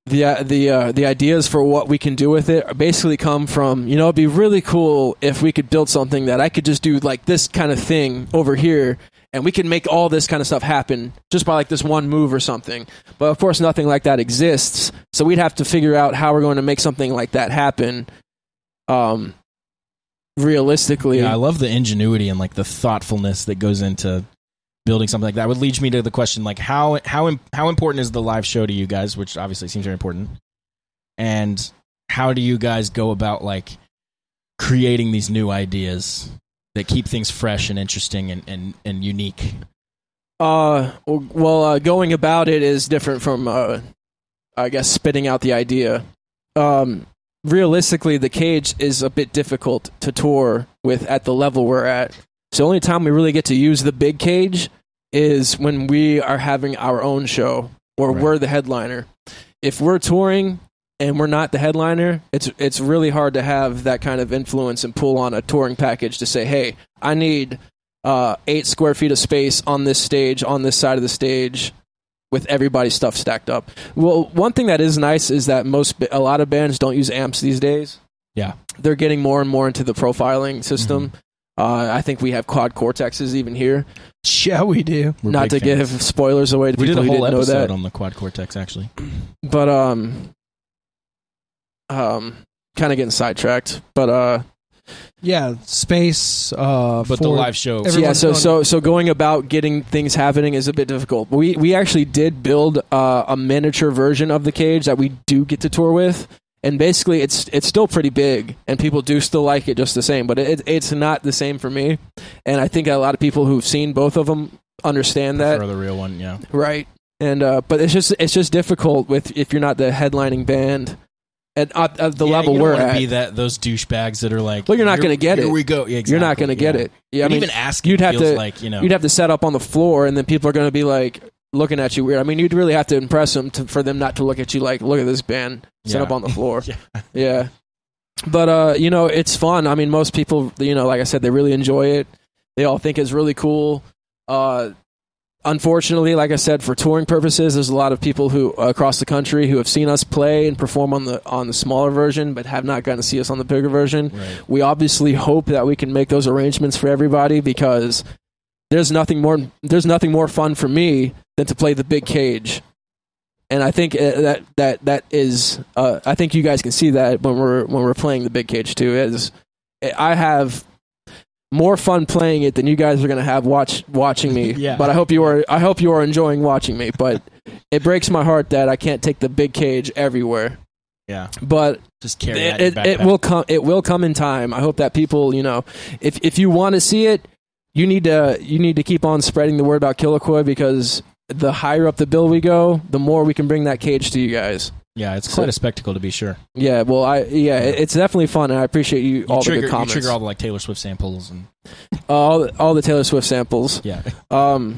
the the uh, the ideas for what we can do with it basically come from you know it'd be really cool if we could build something that I could just do like this kind of thing over here and we could make all this kind of stuff happen just by like this one move or something but of course nothing like that exists so we'd have to figure out how we're going to make something like that happen um realistically Yeah, I love the ingenuity and like the thoughtfulness that goes into building something like that. Would lead me to the question like how how im- how important is the live show to you guys, which obviously seems very important, and how do you guys go about like creating these new ideas that keep things fresh and interesting and and, and unique? Uh, well, well, uh, going about it is different from, uh, I guess, spitting out the idea. Um, realistically, the cage is a bit difficult to tour with at the level we're at. So, the only time we really get to use the big cage is when we are having our own show or Right. we're the headliner. If we're touring and we're not the headliner, it's it's really hard to have that kind of influence and pull on a touring package to say, "Hey, I need uh, eight square feet of space on this stage, on this side of the stage, with everybody's stuff stacked up. Well, one thing that is nice is that most a lot of bands don't use amps these days. Yeah. they're getting more and more into the profiling system. Mm-hmm. Uh, I think we have quad cortexes even here. Yeah, we do. We're Not to big fans. give spoilers away to we did people a who whole didn't know that episode on the quad cortex actually. but um um kind of getting sidetracked but uh Yeah, space. Uh, But the for- live show Every- yeah Everyone's so going- so so going about getting things happening is a bit difficult we we actually did build uh, a miniature version of the cage that we do get to tour with and basically it's it's still pretty big and people do still like it just the same but it, it's not the same for me and i think a lot of people who've seen both of them understand that for the real one, yeah. right and uh but it's just it's just difficult with if you're not the headlining band at, at, at the Yeah, level you don't we're wanna at be that those douchebags that are like Well, you're not "Here- gonna get here it. we go yeah, you're not going exactly, to get yeah. it yeah i But mean even asking you'd have feels to- like you know you'd have to set up on the floor and then people are going to be like looking at you weird i mean you'd really have to impress them to, for them not to look at you like look at this band set Yeah. up on the floor Yeah. yeah but uh you know it's fun i mean most people you know like i said they really enjoy it they all think it's really cool uh unfortunately, like I said, for touring purposes, there's a lot of people who across the country who have seen us play and perform on the on the smaller version, but have not gotten to see us on the bigger version. Right. We obviously hope that we can make those arrangements for everybody because there's nothing more there's nothing more fun for me than to play the big cage. And I think uh, that that that is uh, I think you guys can see that when we're when we're playing the big cage too is I have more fun playing it than you guys are going to have watch watching me. Yeah. But I hope you are I hope you are enjoying watching me, but it breaks my heart that I can't take the big cage everywhere. yeah But just carry that it, in it, your it backpack. will come it will come in time i hope that people you know if if you want to see it you need to you need to keep on spreading the word about Killakoi because the higher up the bill we go the more we can bring that cage to you guys yeah it's quite a spectacle to be sure yeah well i yeah it- it's definitely fun and i appreciate you, you all trigger, the good you comments trigger all the like taylor swift samples and all, all the taylor swift samples yeah um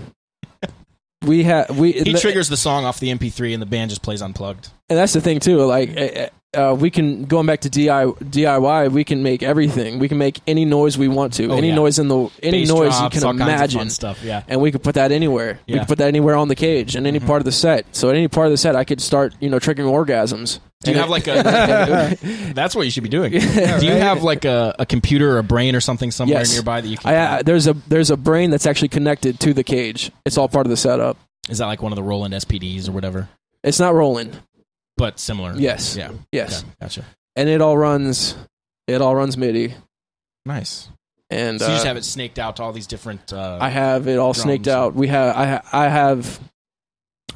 we have we he the- triggers the song off the mp3 and the band just plays unplugged and that's the thing too like uh, uh, we can going back to DIY, DIY we can make everything we can make any noise we want to Oh, any yeah. noise in the any Bass noise drops, you all can kinds of imagine fun stuff yeah and we could put that anywhere we Yeah. Mm-hmm. could put that anywhere on the cage in any part of the set so at any part of the set i could start you know triggering orgasms do you And have like a that's what you should be doing do you have like a, a computer or a brain or something somewhere Yes. nearby that you can I, I, there's a there's a brain that's actually connected to the cage it's all part of the setup is that like one of the roland spds or whatever it's not rolling but similar Yes. yeah yes Okay. gotcha and it all runs it all runs midi nice and so you just uh, have it snaked out to all these different uh I have it all drums. snaked out. We have I ha- I have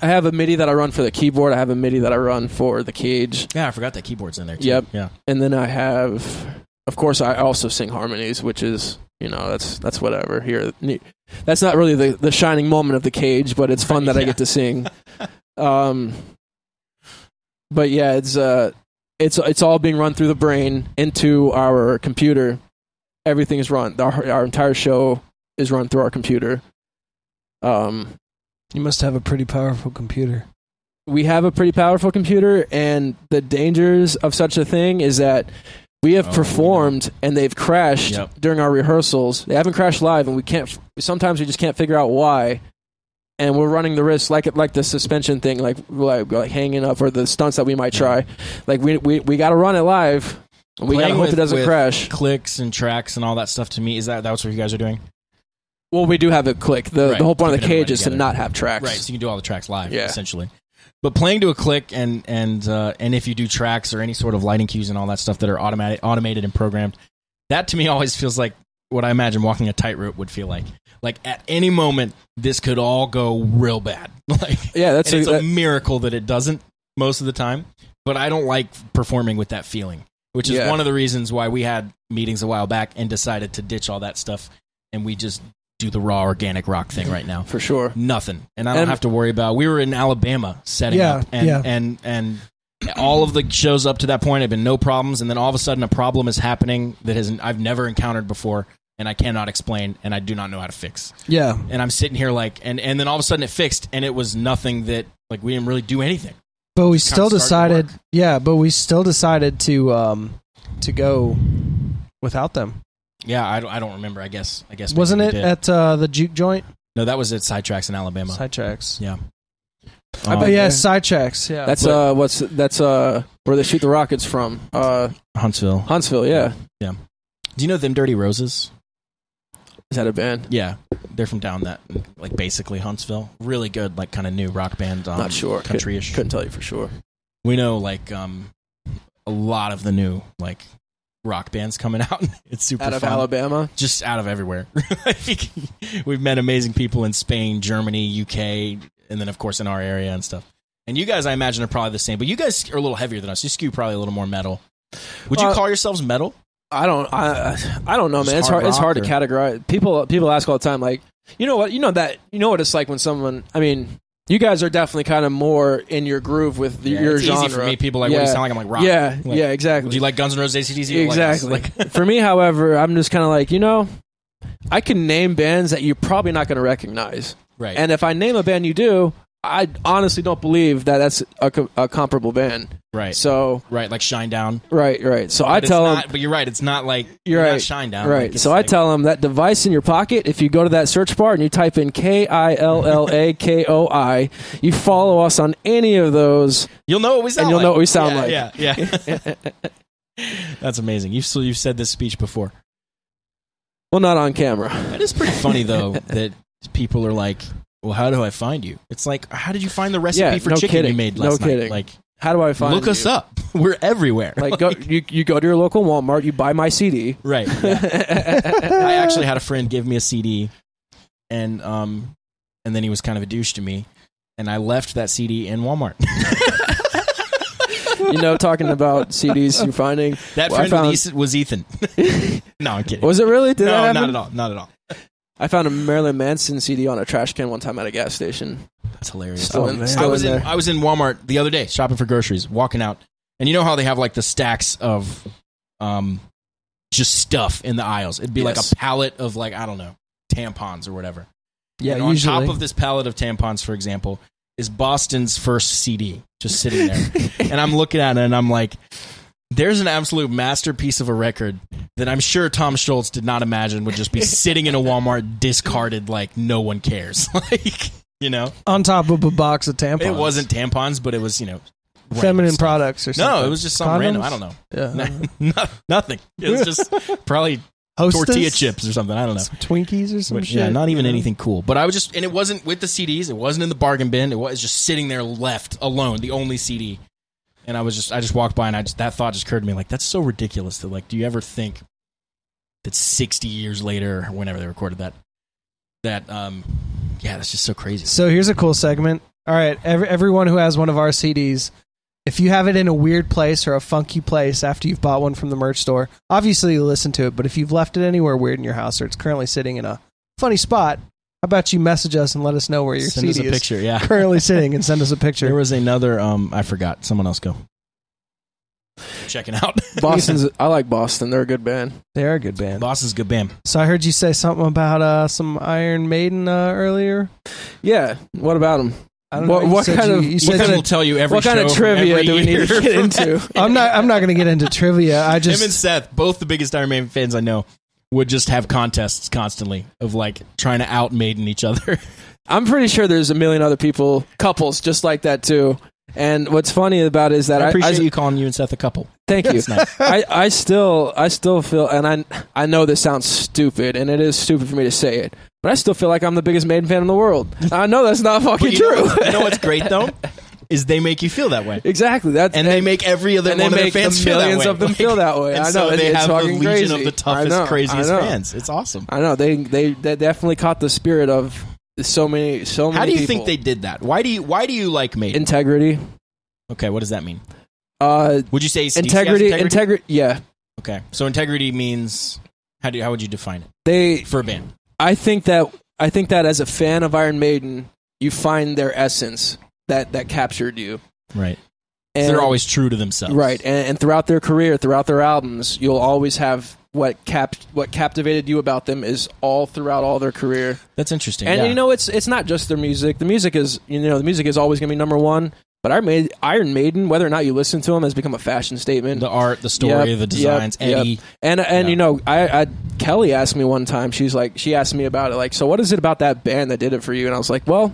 I have a MIDI that I run for the keyboard. I have a MIDI that I run for the cage, Yeah, I forgot that keyboard's in there. Too. Yep. Yeah. and then I have, of course, I also sing harmonies, which is you know that's that's whatever here. Ne- That's not really the the shining moment of the cage, but it's fun that I Yeah. get to sing. Um, but yeah, it's uh, it's it's all being run through the brain into our computer. Everything is run. Our, our entire show is run through our computer. Um, You must have a pretty powerful computer. we have a pretty powerful computer, and the dangers of such a thing is that we have Oh, performed and they've crashed Yep. during our rehearsals. They haven't crashed live, and we can't. Sometimes we just can't figure out why, and we're running the risk, like like the suspension thing, like like, like hanging up or the stunts that we might try. Like we we we got to run it live. and We got to Playing hope with- it doesn't with crash. Clicks and tracks and all that stuff to me is that that's what you guys are doing? Well, we do have it click. The, Right, the whole point of the keeping everybody cage is to together. not have tracks. Right, so you can do all the tracks live, Yeah. essentially. But playing to a click and and uh, and if you do tracks or any sort of lighting cues and all that stuff that are automatic, automated and programmed, that to me always feels like what I imagine walking a tightrope would feel like. Like at any moment, this could all go real bad. Like Yeah, that's and a, it's that- a miracle that it doesn't most of the time. But I don't like performing with that feeling, which is Yeah. one of the reasons why we had meetings a while back and decided to ditch all that stuff, and we just do the raw organic rock thing right now for sure. nothing and i don't And- have to worry about we were in alabama setting Yeah, up and, yeah. and and all of the shows up to that point have been no problems and then all of a sudden a problem is happening that has i've never encountered before and i cannot explain and i do not know how to fix Yeah. and i'm sitting here like and and then all of a sudden it fixed and it was nothing that like we didn't really do anything But we kinda still started to decided yeah, but we still decided to um to go without them. yeah i don't, I don't remember i guess i guess maybe Wasn't we it did. at uh, the juke joint? no that was at sidetracks in alabama Sidetracks. Um, but yeah, yeah. sidetracks, yeah. That's uh, what's that's uh, where they shoot the rockets from. Uh, huntsville Huntsville, yeah. do you know them dirty roses Is that a band? Yeah, they're from down that, like basically Huntsville. Really good, like kind of new rock band. Um, Not sure. Countryish. Couldn't tell you for sure. We know like um, a lot of the new like rock bands coming out. it's super Out of fun. Alabama, just out of everywhere. Like, We've met amazing people in Spain, Germany, UK, and then of course in our area and stuff. And you guys, I imagine, are probably the same. But you guys are a little heavier than us. You skew probably a little more metal. Would you Uh, call yourselves metal? I don't, I, I don't know, Just man. It's hard hard. It's rock hard to or- categorize. People, people ask all the time, like, you know what? You know that. You know what it's like when someone. I mean, you guys are definitely kind of more in your groove with the, Yeah, your it's genre. easy for me. People are like, what do you sound like? I'm like rock. Yeah, Like, yeah, exactly. Do you like Guns N' Roses? ACDC? You like us? exactly. for me, however, I'm just kind of like, you know, I can name bands that you're probably not going to recognize. right. And if I name a band you do, I honestly don't believe that that's a, co- a comparable band. right. So Right, like Shine Down. right, right. So I But it's tell not, them but you're right. It's not like You're you're right. not Shine Down. right. Like, it's so like- I tell them that device in your pocket. If you go to that search bar and you type in K I L L A K O I, you follow us on any of those. you'll know what we sound you'll like. know what we sound yeah, like. Yeah, yeah. That's amazing. You've so you've said this speech before. Well, not on camera. That is pretty funny though that people are like, "Well, how do I find you?" It's like, how did you find the recipe Yeah, for no chicken kidding. you made No last night? kidding. Like, How do I find? look us you? up. We're everywhere. Like go, you, you go to your local Walmart, you buy my CD. Right. I actually had a friend give me a CD, and um, and then he was kind of a douche to me, and I left that CD in Walmart. You know, talking about CDs you're finding. That Well, I friend found- was Ethan- was Ethan. no, I'm kidding. Was it really? Did that no, happen? not at all. Not at all. I found a Marilyn Manson CD on a trash can one time at a gas station. That's hilarious. Still, Oh, in, man. still I was in in there. I was in Walmart the other day shopping for groceries, walking out, and you know how they have like the stacks of, um, just stuff in the aisles. It'd be like Yes. a pallet of like I don't know tampons or whatever. yeah, and on usually. top of this pallet of tampons, for example, is Boston's first CD just sitting there. and I'm looking at it and I'm like, there's an absolute masterpiece of a record that I'm sure Tom Schultz did not imagine would just be sitting in a Walmart discarded like no one cares. like, you know, on top of a box of tampons. it wasn't tampons, but it was, you know, random feminine stuff. products or something. No, it was just something random. Condoms? I don't know. Yeah. No, nothing. It was just probably Hostess? tortilla chips or something. I don't know. Some Twinkies or some Which, shit. yeah, not even you know? anything cool. But I was just, and it wasn't with the CDs. It wasn't in the bargain bin. It was just sitting there, left alone, the only CD. And I was just, I just walked by, and I just that thought just occurred to me. Like that's so ridiculous. That like, do you ever think that sixty years later, or whenever they recorded that, that um, yeah, that's just so crazy. So here's a cool segment. All right, every, everyone who has one of our CDs, if you have it in a weird place or a funky place after you've bought one from the merch store, obviously you listen to it. But if you've left it anywhere weird in your house or it's currently sitting in a funny spot, how about you message us and let us know where your Send us CD a is picture. Yeah. currently sitting and send us a There picture. was another. Um, I forgot. Someone else go. Checking out. Boston's. I like Boston. They're a good band. They're a good band. Boss is good. Bam. So I heard you say something about uh, some Iron Maiden uh, earlier. Yeah. What about them? I don't What- know. You what said kind you- of- you what said kind you- will tell you every what kind of show trivia every do we need year to get from- into? I'm not. I'm not going to get into trivia. I Him and just. Seth, both the biggest Iron Maiden fans I know, would just have contests constantly of like trying to out Maiden each other. I'm pretty sure there's a million other people, couples just like that too. And what's funny about it is that I I, I, appreciate you calling you and Seth a couple. thank you. That's nice. I, I still I still feel and I I know this sounds stupid and it is stupid for me to say it, but I still feel like I'm the biggest Maiden fan in the world. I know that's not fucking But you true. Know, you know what's great though is they make you feel that way, exactly. That's and they make every other and one they of make their fans the feel that millions way. of them feel that way. And I so know, it- they it's have the fucking legion of crazy. the I toughest, know, I craziest know. fans. It's awesome. I know they they they definitely caught the spirit of so many so many. How do you people. think they did that? Why do you Why do you like Maiden? integrity? okay, what does that mean? Uh, Would you say do you see integrity, Integrity. integrity. Yeah, okay, so integrity means how do you, How would you define it they. for a band? I think that I think that as a fan of Iron Maiden, you find their essence that that captured you. Right, And, they're always true to themselves. right, and, and throughout their career, throughout their albums, you'll always have what cap what captivated you about them is all throughout all their career. that's interesting. And yeah. you know, it's it's not just their music. The music is you know the music is always going to be number one. But Iron Maiden, Iron Maiden, whether or not you listen to them, has become a fashion statement. the art, the story, Yep, the designs, yep, yep. Eddie. And and Yeah. you know, I, I Kelly asked me one time. She's like, she asked me about it. Like, so what is it about that band that did it for you? And I was like, well,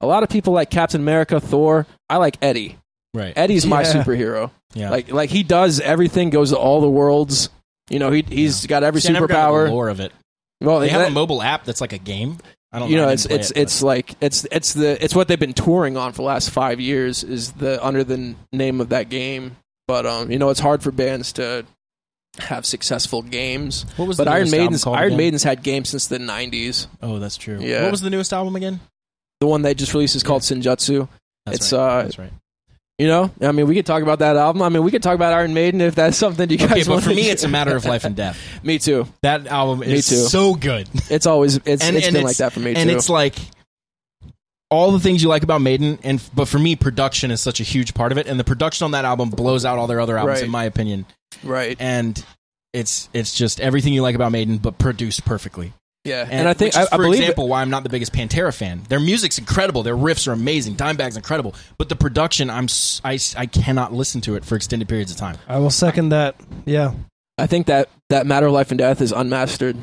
a lot of people like Captain America, Thor. I like Eddie. Right. Eddie's my Yeah. superhero. Yeah. Like like he does everything. Goes to all the worlds. You know, he he's got every See, I never got the superpower. lore of it. Well, They have that- a mobile app that's like a game. I don't you know, I it's didn't play it's it, but- it's like it's it's the it's what they've been touring on for the last five years is the under the n- name of that game. But um, you know, it's hard for bands to have successful games. what was But the Iron newest album Maiden's called Iron again? Maiden's had games since the '90s. Oh, that's true. Yeah. What was the newest album again? The one they just released is called Senjutsu. That's It's, right. uh, that's right. You know, I mean, we could talk about that album. I mean, we could talk about Iron Maiden if that's something you guys. Okay, but for wanna me, do. it's a matter of life and death. me too. That album Me is too. so good, It's always it's And- it's and been it's- like that for me and too. it's like all the things you like about Maiden, and but for me, production is such a huge part of it, and the production on that album blows out all their other albums, Right. in my opinion. right. And it's it's just everything you like about Maiden, but produced perfectly. yeah, and, I think which I, is, I for believe example, why I'm not the biggest Pantera fan. Their music's incredible. Their riffs are amazing. Dimebag's incredible, but the production, I'm s- I, s- I cannot listen to it for extended periods of time. I will second that. Yeah. I think that that matter of life and death is unmastered.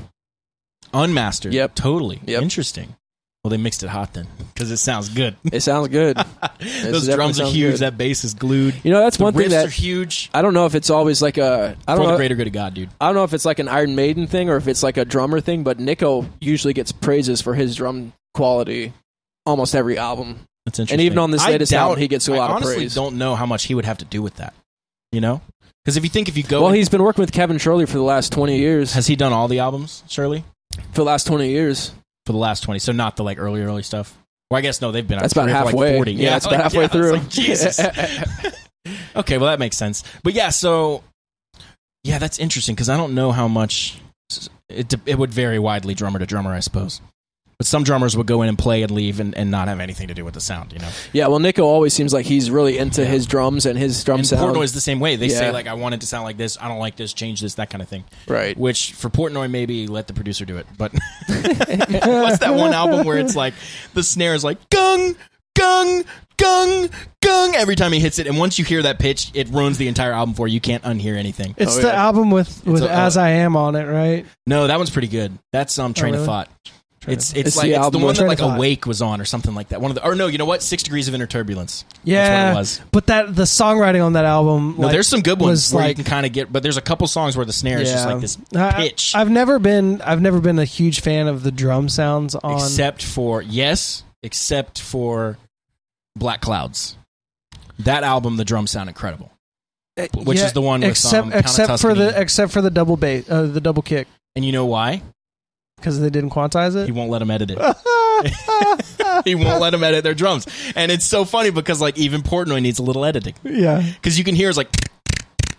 Unmastered. Yep. Totally. Yep. Interesting. Well, they mixed it hot then because it sounds good. It sounds good. Those definitely drums are sounds huge. good. That bass is glued. You know, that's the one riffs thing that are huge. I don't know if it's always like a I For don't the know greater good of God, dude. I don't know if it's like an Iron Maiden thing or if it's like a drummer thing, but Nico usually gets praises for his drum quality almost every album. That's interesting. And even on this I latest doubt, album, he gets a lot I of honestly praise. don't know how much he would have to do with that. You know, because if you think if you go, Well, and- he's been working with Kevin Shirley for the last twenty years. has he done all the albums, Shirley, For the last twenty years, for the last twenty? So not the like early, early stuff. Well, I guess no, they've been. on that's about tour for, halfway. Like Forty, Yeah, that's like, about halfway yeah, it's through. like, Jesus. okay, well that makes sense. But yeah, so yeah, that's interesting because I don't know how much it de- it would vary widely drummer to drummer, I suppose. But some drummers would go in and play and leave and, and not have anything to do with the sound, you know. yeah, well, Nico always seems like he's really into his drums and his drum And sound. Portnoy's the same way. They say Yeah. like, "I want it to sound like this. I don't like this. Change this. That kind of thing." right. Which for Portnoy, maybe let the producer do it. But what's that one album where it's like the snare is like gung, gung, gung, gung every time he hits it, and once you hear that pitch, it ruins the entire album for you. You can't unhear anything. It's Oh, the yeah. album with, with a- uh, As I Am on it, right? No, that one's pretty good. That's um, Train really? of Thought. It's it's, It's like the it's the album one with- that like Train of Thought. Awake was on or something like that. One of the or no, you know what? Six Degrees of Inner Turbulence. Yeah. it was. But that the songwriting on that album No, like, there's some good ones was where like- you can kind of get, but there's a couple songs where the snare is just Yeah. like this I- pitch. I've never been I've never been a huge fan of the drum sounds on except for yes, except for Black Clouds. That album, the drums sound incredible. which is the one with, Eh, except um, Count of except for the Tuscany. except for the double bass uh, the double kick And you know why? because they didn't quantize He it. won't let him edit it. he won't let them edit their drums, and it's so funny because like even Portnoy needs a little editing yeah. because you can hear it's like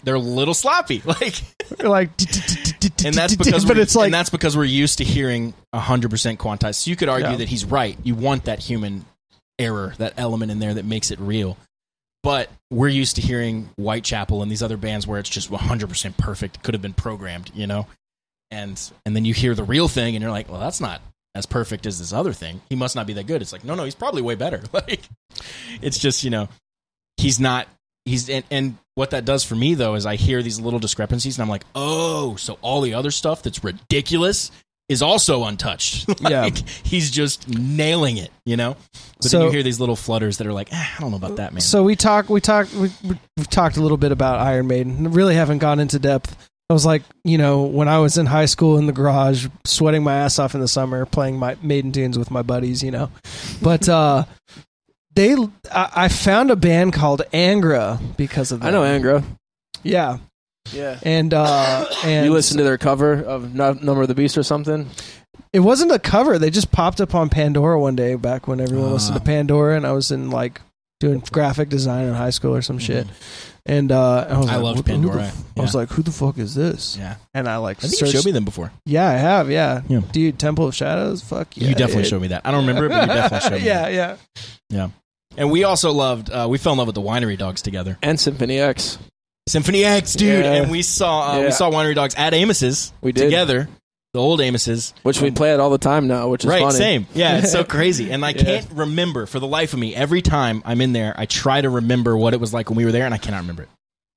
they're a little sloppy, like You're like, and that's because but we- it's like and that's because we're used to hearing 100% quantized so you could argue Yeah. that he's right you want that human error that element in there that makes it real but we're used to hearing whitechapel and these other bands where it's just 100% perfect could have been programmed you know and and then you hear the real thing and you're like well that's not as perfect as this other thing he must not be that good it's like no no he's probably way better like it's just you know he's not he's and, and what that does for me though is I hear these little discrepancies and I'm like, oh, so all the other stuff that's ridiculous is also untouched. like, Yeah. he's just nailing it, you know. But So- then you hear these little flutters that are like, "Ah, I don't know about that, man. So we talked, we talked, we, we- we've talked a little bit about Iron Maiden. Really haven't gone into depth. I was like, you know, when I was in high school in the garage, sweating my ass off in the summer, playing my Maiden tunes with my buddies, you know. But uh, they, I, I found a band called Angra because of that. I know Angra. Yeah, Yeah. and uh, and You listen to their cover of Nu- Number of the Beast or something? It wasn't a cover. They just popped up on Pandora one day back when everyone Ah. listened to Pandora, and I was in like doing graphic design in high school or some shit. And uh, I was Mm-hmm. I loved like, "What the- who the Pandora. f-" I Yeah. was like, "Who the fuck is this?" yeah, And I like I think you searched. showed me them before. yeah, I have. Yeah. Yeah. dude, Temple of Shadows. Fuck yeah, you definitely dude. showed me that. I don't remember it, but you definitely showed me. yeah, that. yeah. And we also loved. Uh, we fell in love with the Winery Dogs together. And Symphony X. Symphony X, dude. Yeah. And we saw uh, Yeah. we saw Winery Dogs at Amos's. We did. together. The old Amos's. Which we play it all the time now, which is right, funny. same. Yeah, it's so crazy. And I Yeah. can't remember for the life of me. Every time I'm in there, I try to remember what it was like when we were there, and I cannot remember it.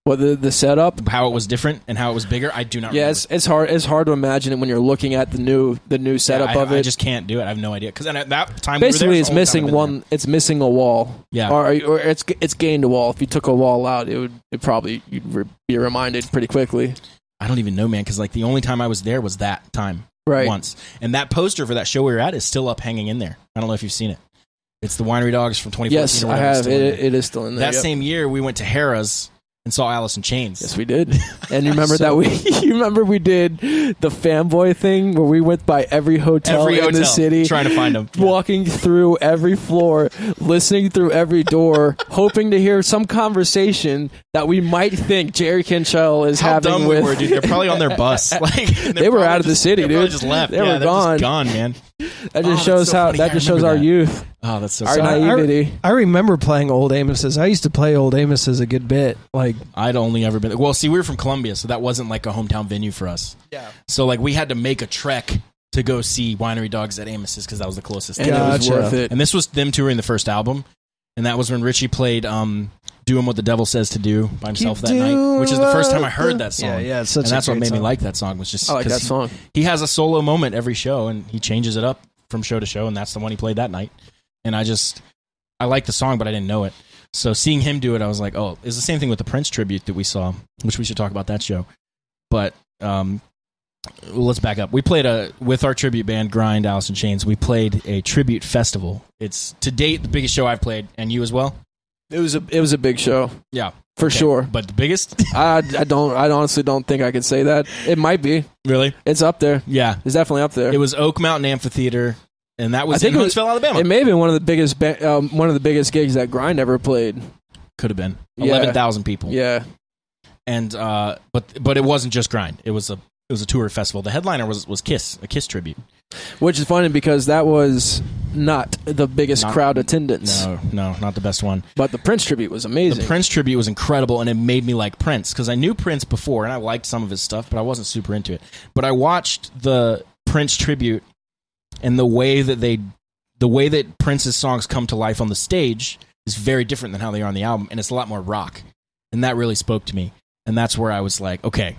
Well, the, the setup. How it was different and how it was bigger, I do not Yeah, remember. it's, it's hard. It's hard to imagine it when you're looking at the new the new Yeah, setup I, of it. I just can't do it. I have no idea. Because at that time, we were there, basically it was it's the only time I've missing been one it's missing a wall Yeah. or, or it's it's gained a wall if you took a wall out it would it probably you'd re- be reminded pretty quickly there. I don't even know, man. Because like the only time I was there was that time right once, and that poster for that show we were at is still up, hanging in there. I don't know if you've seen it. It's the Winery Dogs from 2014. yes or i whatever, it's have still in it, there. it is still in there that yep. same year, we went to Harrah's and saw Alice in Chains. yes we did and you remember So- that we you remember we did the fanboy thing where we went by every hotel Every in hotel, the city trying to find them. Yeah. walking through every floor listening through every door hoping to hear some conversation that we might think jerry Kinchell is How having dumb we with were, dude. They're probably on their bus. Like They were out of the city, they probably dude. Just left. They yeah, were they're just gone. gone, man. That Oh, just that's shows so how funny. that I just shows remember our that. youth, Oh, that's so. our sad. naivety. I remember playing Old Amos's. I used to play Old Amos's a good bit. Like, I'd only ever been. Well, see, we were from Columbia, so that wasn't like a hometown venue for us. yeah, So like we had to make a trek to go see Winery Dogs at Amos's because that was the closest. and thing. it was Gotcha. worth it. And this was them touring the first album, and that was when Richie played um, "Doing What the Devil Says to Do" by himself that do night, which is the first time I what heard the- that song. Yeah, yeah, it's such and a that's what great made me song. like that song was just I like 'cause that he- song. he has a solo moment every show and he changes it up from show to show and that's the one he played that night and i just i like the song but i didn't know it so seeing him do it i was like oh it's the same thing with the prince tribute that we saw which we should talk about that show but um well, let's back up we played a with our tribute band grind alice in chains we played a tribute festival it's to date the biggest show i've played and you as well It was a it was a big show yeah for sure. but the biggest I I don't I honestly don't think I could say that. It might be. really It's up there. yeah It's definitely up there. it was oak mountain amphitheater and that was I think in it was- huntsville alabama It may have been one of the biggest ba- um, one of the biggest gigs that Grind ever played. could have been Yeah. 11000 people Yeah, and uh, but but it wasn't just grind. It was a it was a tour festival. The headliner was was Kiss, a Kiss tribute. which is funny because that was not the biggest Not- crowd attendance, No, no, not the best one. but the Prince tribute was amazing. The Prince tribute was incredible, and it made me like Prince because I knew Prince before and I liked some of his stuff, but I wasn't super into it. But I watched the Prince tribute and the way that they the way that Prince's songs come to life on the stage is very different than how they are on the album, and it's a lot more rock. And that really spoke to me, and that's where I was like, okay,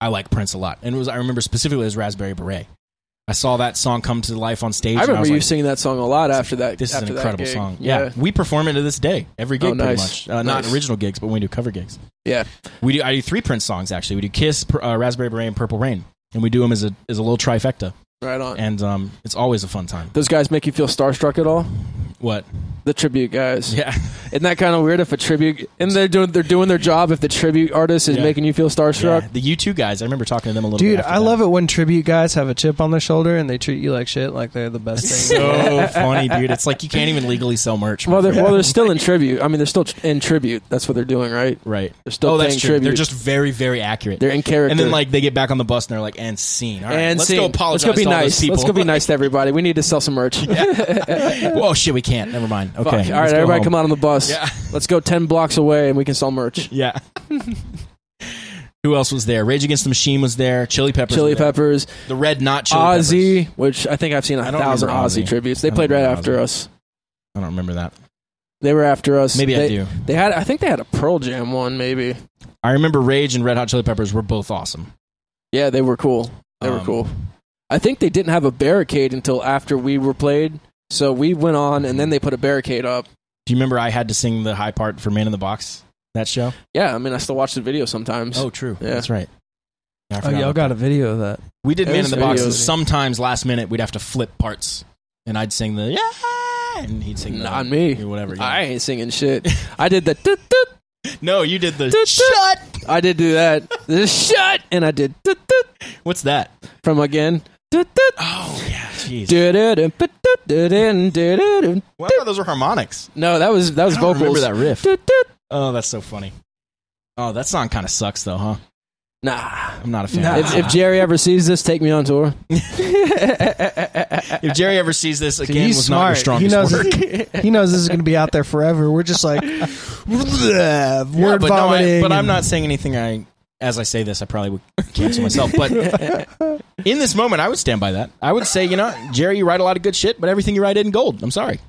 I like Prince a lot. And it was I remember specifically as Raspberry Beret. I saw that song come to life on stage. I and remember was you like, singing that song a lot after that. this is an after that incredible gig. song. Yeah. we perform it to this day. Every gig, Oh, pretty nice. much. Uh, Not Nice. original gigs, but we do cover gigs. yeah, We do. I do three Prince songs actually. We do Kiss, Pr- uh, Raspberry Beret, and Purple Rain, and we do them as a as a little trifecta. yeah. Right on. And um, it's always a fun time. Those guys make you feel starstruck at all? What? the tribute guys. Yeah. Isn't that kind of weird if a tribute and they're doing they're doing their job if the tribute artist is Yeah. making you feel starstruck? The U two guys. I remember talking to them a little. Dude, bit after I that. love it when tribute guys have a chip on their shoulder and they treat you like shit, like they're the best thing. So funny, dude. It's like you can't even legally sell merch. Well, they're, well, they're still in tribute. I mean, they're still tr- in tribute. That's what they're doing, right? right. They're still oh, that's paying true. tribute. They're just very, very accurate. They're in character. and then like they get back on the bus and they're like, and scene. All right, and let's scene. go apologize. Let's go be to all those nice. people. Let's go be nice to everybody. We need to sell some merch. Whoa, shit, we can't. Never mind. Okay. Fuck. All right, everybody, come out on the bus. Yeah. Let's go ten blocks away, and we can sell merch. Yeah. Who else was there? Rage Against the Machine was there. Chili Peppers. Chili were there. Peppers, The Red Not Chili Peppers. Ozzy, which I think I've seen a I don't thousand remember Ozzy Ozzy. tributes. They I don't played right remember after Ozzy. us. I don't remember that. They were after us. Maybe they, I do. They had, I think they had a Pearl Jam one, maybe. I remember Rage and Red Hot Chili Peppers were both awesome. Yeah, they were cool. They were Um, cool. I think they didn't have a barricade until after we were played. So we went on, and then they put a barricade up. Do you remember I had to sing the high part for Man in the Box? That show? Yeah, I mean, I still watch the video sometimes. Oh, true. Yeah. That's right. Yeah, I Oh, forgot y'all about got a video of that. We did It Man in was the Box. videos. and Sometimes last minute we'd have to flip parts, and I'd sing the yeah, and he'd sing the, Not me. or whatever. yeah. I ain't singing shit. I did the doot, doot, no, you did the doot, shut. doot. I did do that. The shut, and I did doot, doot What's that? from again. Doot, doot. Oh yeah, jeez. Doot, doot, doot, doot, doot, doot, doot, doot. Well, I thought those were harmonics. No, that was that was I don't remember vocals. that riff. Doot, doot. Oh, that's so funny. Oh, that song kind of sucks though, huh? Nah. I'm not a fan. If, if Jerry ever sees this, take me on tour. If Jerry ever sees this again, he's was not your smart. strongest He knows work. He knows this is going to be out there forever. We're just like word Yeah, but no, I- vomiting. but I'm and- not saying anything. I, as I say this, I probably would cancel myself. But in this moment, I would stand by that. I would say, you know, Jerry, you write a lot of good shit, but everything you write in gold. I'm sorry,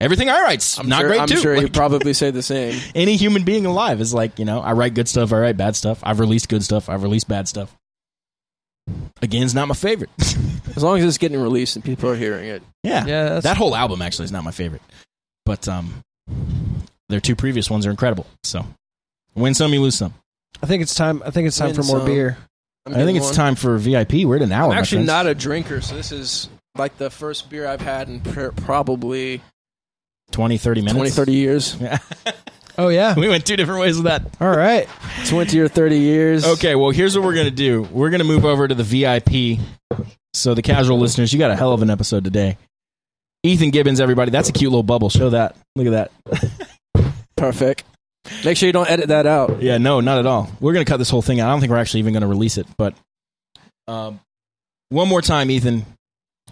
everything I write's not sure, great I'm too. sure he'd Like, probably say the same. any human being alive is like, you know, I write good stuff, I write bad stuff. I've released good stuff, I've released bad stuff. Again's not my favorite. As long as it's getting released and people are hearing it. yeah, Yeah, that's- that whole album actually is not my favorite, but um, their two previous ones are incredible. So, win some, you lose some. I think it's time. I think it's time Win for more some. beer. I'm I getting think it's one. time for VIP. We're at an hour. I'm my actually friends. not a drinker, so this is like the first beer I've had in pr- probably 20, 30 minutes. 20, 30 years. Oh yeah. We went two different ways with that. All right. 20 or 30 years. Okay, well, here's what we're going to do we're going to move over to the VIP. So, the casual listeners, you got a hell of an episode today. Ethan Gibbons, everybody. That's a cute little bubble. Show that. Look at that. Perfect. Make sure you don't edit that out. Yeah, no, not at all. We're going to cut this whole thing out. I don't think we're actually even going to release it. But um, one more time, Ethan,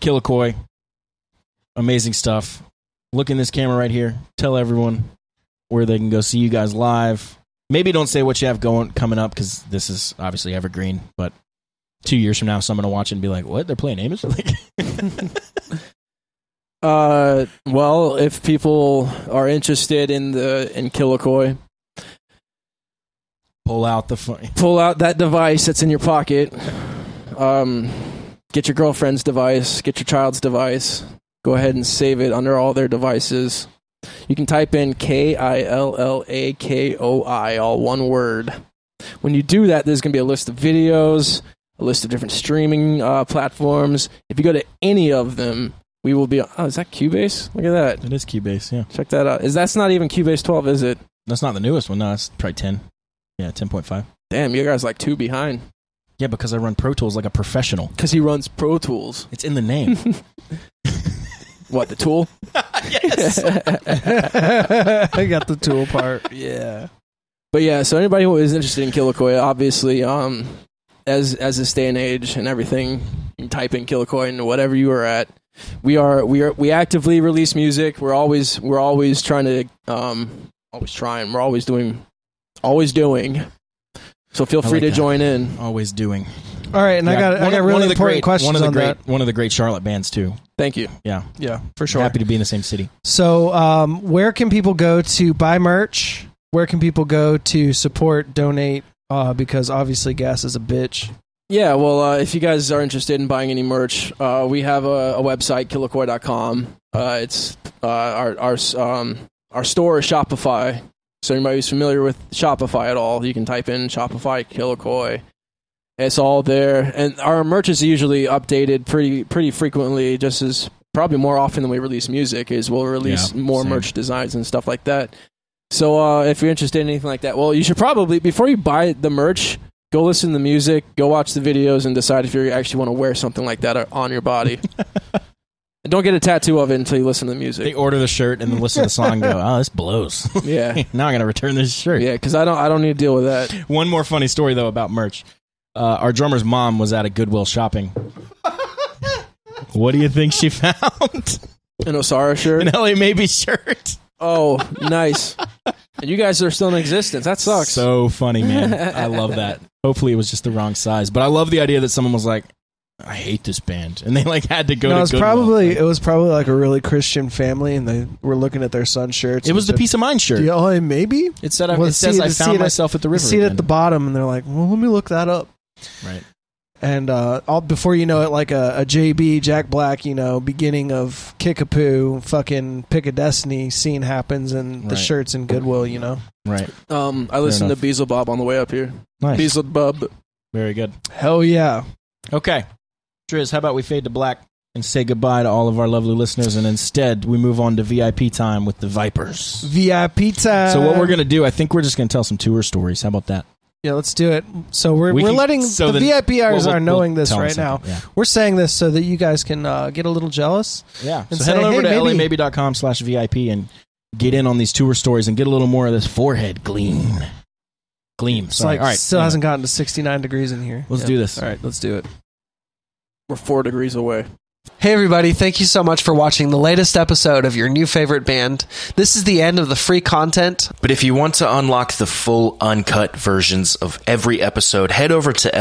Killicoy, amazing stuff. Look in this camera right here. Tell everyone where they can go see you guys live. Maybe don't say what you have going coming up because this is obviously evergreen. But two years from now, someone will watch it and be like, "What? They're playing Amos?" Like, Uh, well, if people are interested in the in Killicoy, pull out the phone. pull out that device that's in your pocket. Um, get your girlfriend's device, get your child's device. Go ahead and save it under all their devices. You can type in K I L L A K O I, all one word. When you do that, there's going to be a list of videos, a list of different streaming uh, platforms. If you go to any of them, we will be. Oh, is that Cubase? Look at that. It is Cubase. Yeah, Check that out. Is that's not even Cubase 12, is it? that's not the newest one. No, that's probably ten. Yeah, ten point five. Damn, you guys like two behind. Yeah, because I run Pro Tools like a professional. Because he runs Pro Tools. It's in the name. What the tool? yes. I got the tool part. yeah. But yeah, so anybody who is interested in Killicoy, obviously, um, as as this day and age and everything, you can type in Killicoy and whatever you are at. We are we are we actively release music. We're always we're always trying to um always trying. We're always doing always doing. So feel I free like to that. join in. Always doing. All right, and I Yeah, got I one got of- really one of the important great, questions one of the on great, that. One of the great Charlotte bands too. Thank you. Yeah, Yeah, for sure. happy to be in the same city. So, um, where can people go to buy merch? Where can people go to support, donate? Uh, because obviously gas is a bitch. Yeah, well, uh, if you guys are interested in buying any merch, uh, we have a, a website, killicoy.com. Uh, it's uh, our our um, our store is Shopify. So anybody who's familiar with Shopify at all, you can type in Shopify Killicoy. It's all there, and our merch is usually updated pretty pretty frequently, just as probably more often than we release music is we'll release Yeah, more same. merch designs and stuff like that. So uh, if you're interested in anything like that, well, you should probably before you buy the merch, go listen to the music, go watch the videos, and decide if you actually want to wear something like that on your body. and don't get a tattoo of it until you listen to the They music. order the shirt and then listen to the song and go, oh, this blows. yeah, now I got to return this shirt. yeah, because I don't, I don't need to deal with that. One more funny story, though, about merch. Uh, our drummer's mom was at a Goodwill shopping. what do you think she found? An Osara shirt. An LA Maybe shirt. Oh, nice. And you guys are still in existence. That sucks. So funny, man. I love that. Hopefully, it was just the wrong size, but I love the idea that someone was like, "I hate this band," and they like had to go no, to it was Goodwill. probably it was probably like a really Christian family, and they were looking at their son's shirts. it was the peace of mind shirt. Yeah, oh, maybe. It said, I, Well, "It says see, I see found it at- myself at the You river." see it at the again. bottom, and they're like, "Well, let me look that up." right. And uh, all, before you know it, like a, a JB Jack Black, you know, beginning of Kickapoo, fucking Pick a Destiny scene happens, and the Right. shirts in Goodwill, you know, Right. um, I listened to enough. Beelzebub Bob on the way up here. Nice. Beelzebub. Bob. Very good. hell yeah. Okay. Driz, how about we fade to black and say goodbye to all of our lovely listeners, and instead we move on to VIP time with the Vipers. VIP time. So what we're gonna do? I think we're just gonna tell some tour stories. How about that? yeah, let's do it. So we're We we are we are can- letting so the then- VIPers well, we'll- are knowing we'll this tell 'em right now. something, yeah. We're saying this so that you guys can uh, get a little jealous. Yeah. and So say, head on over "Hey, to maybe." lamaybe.com slash VIP and get in on these tour stories and get a little more of this forehead gleam. Gleam. It's Sorry. like All right. still Anyway, hasn't gotten to 69 degrees in here. Let's Yeah. do this. All right, let's do it. We're four degrees away. Hey, everybody, thank you so much for watching the latest episode of your new favorite band. This is the end of the free content. But if you want to unlock the full uncut versions of every episode, head over to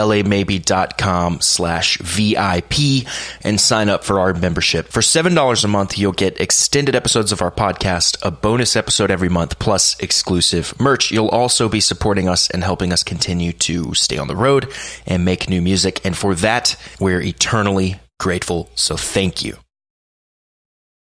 lamaybe.com slash VIP and sign up for our membership. For $7 a month, you'll get extended episodes of our podcast, a bonus episode every month, plus exclusive merch. You'll also be supporting us and helping us continue to stay on the road and make new music. And for that, we're eternally grateful. So thank you.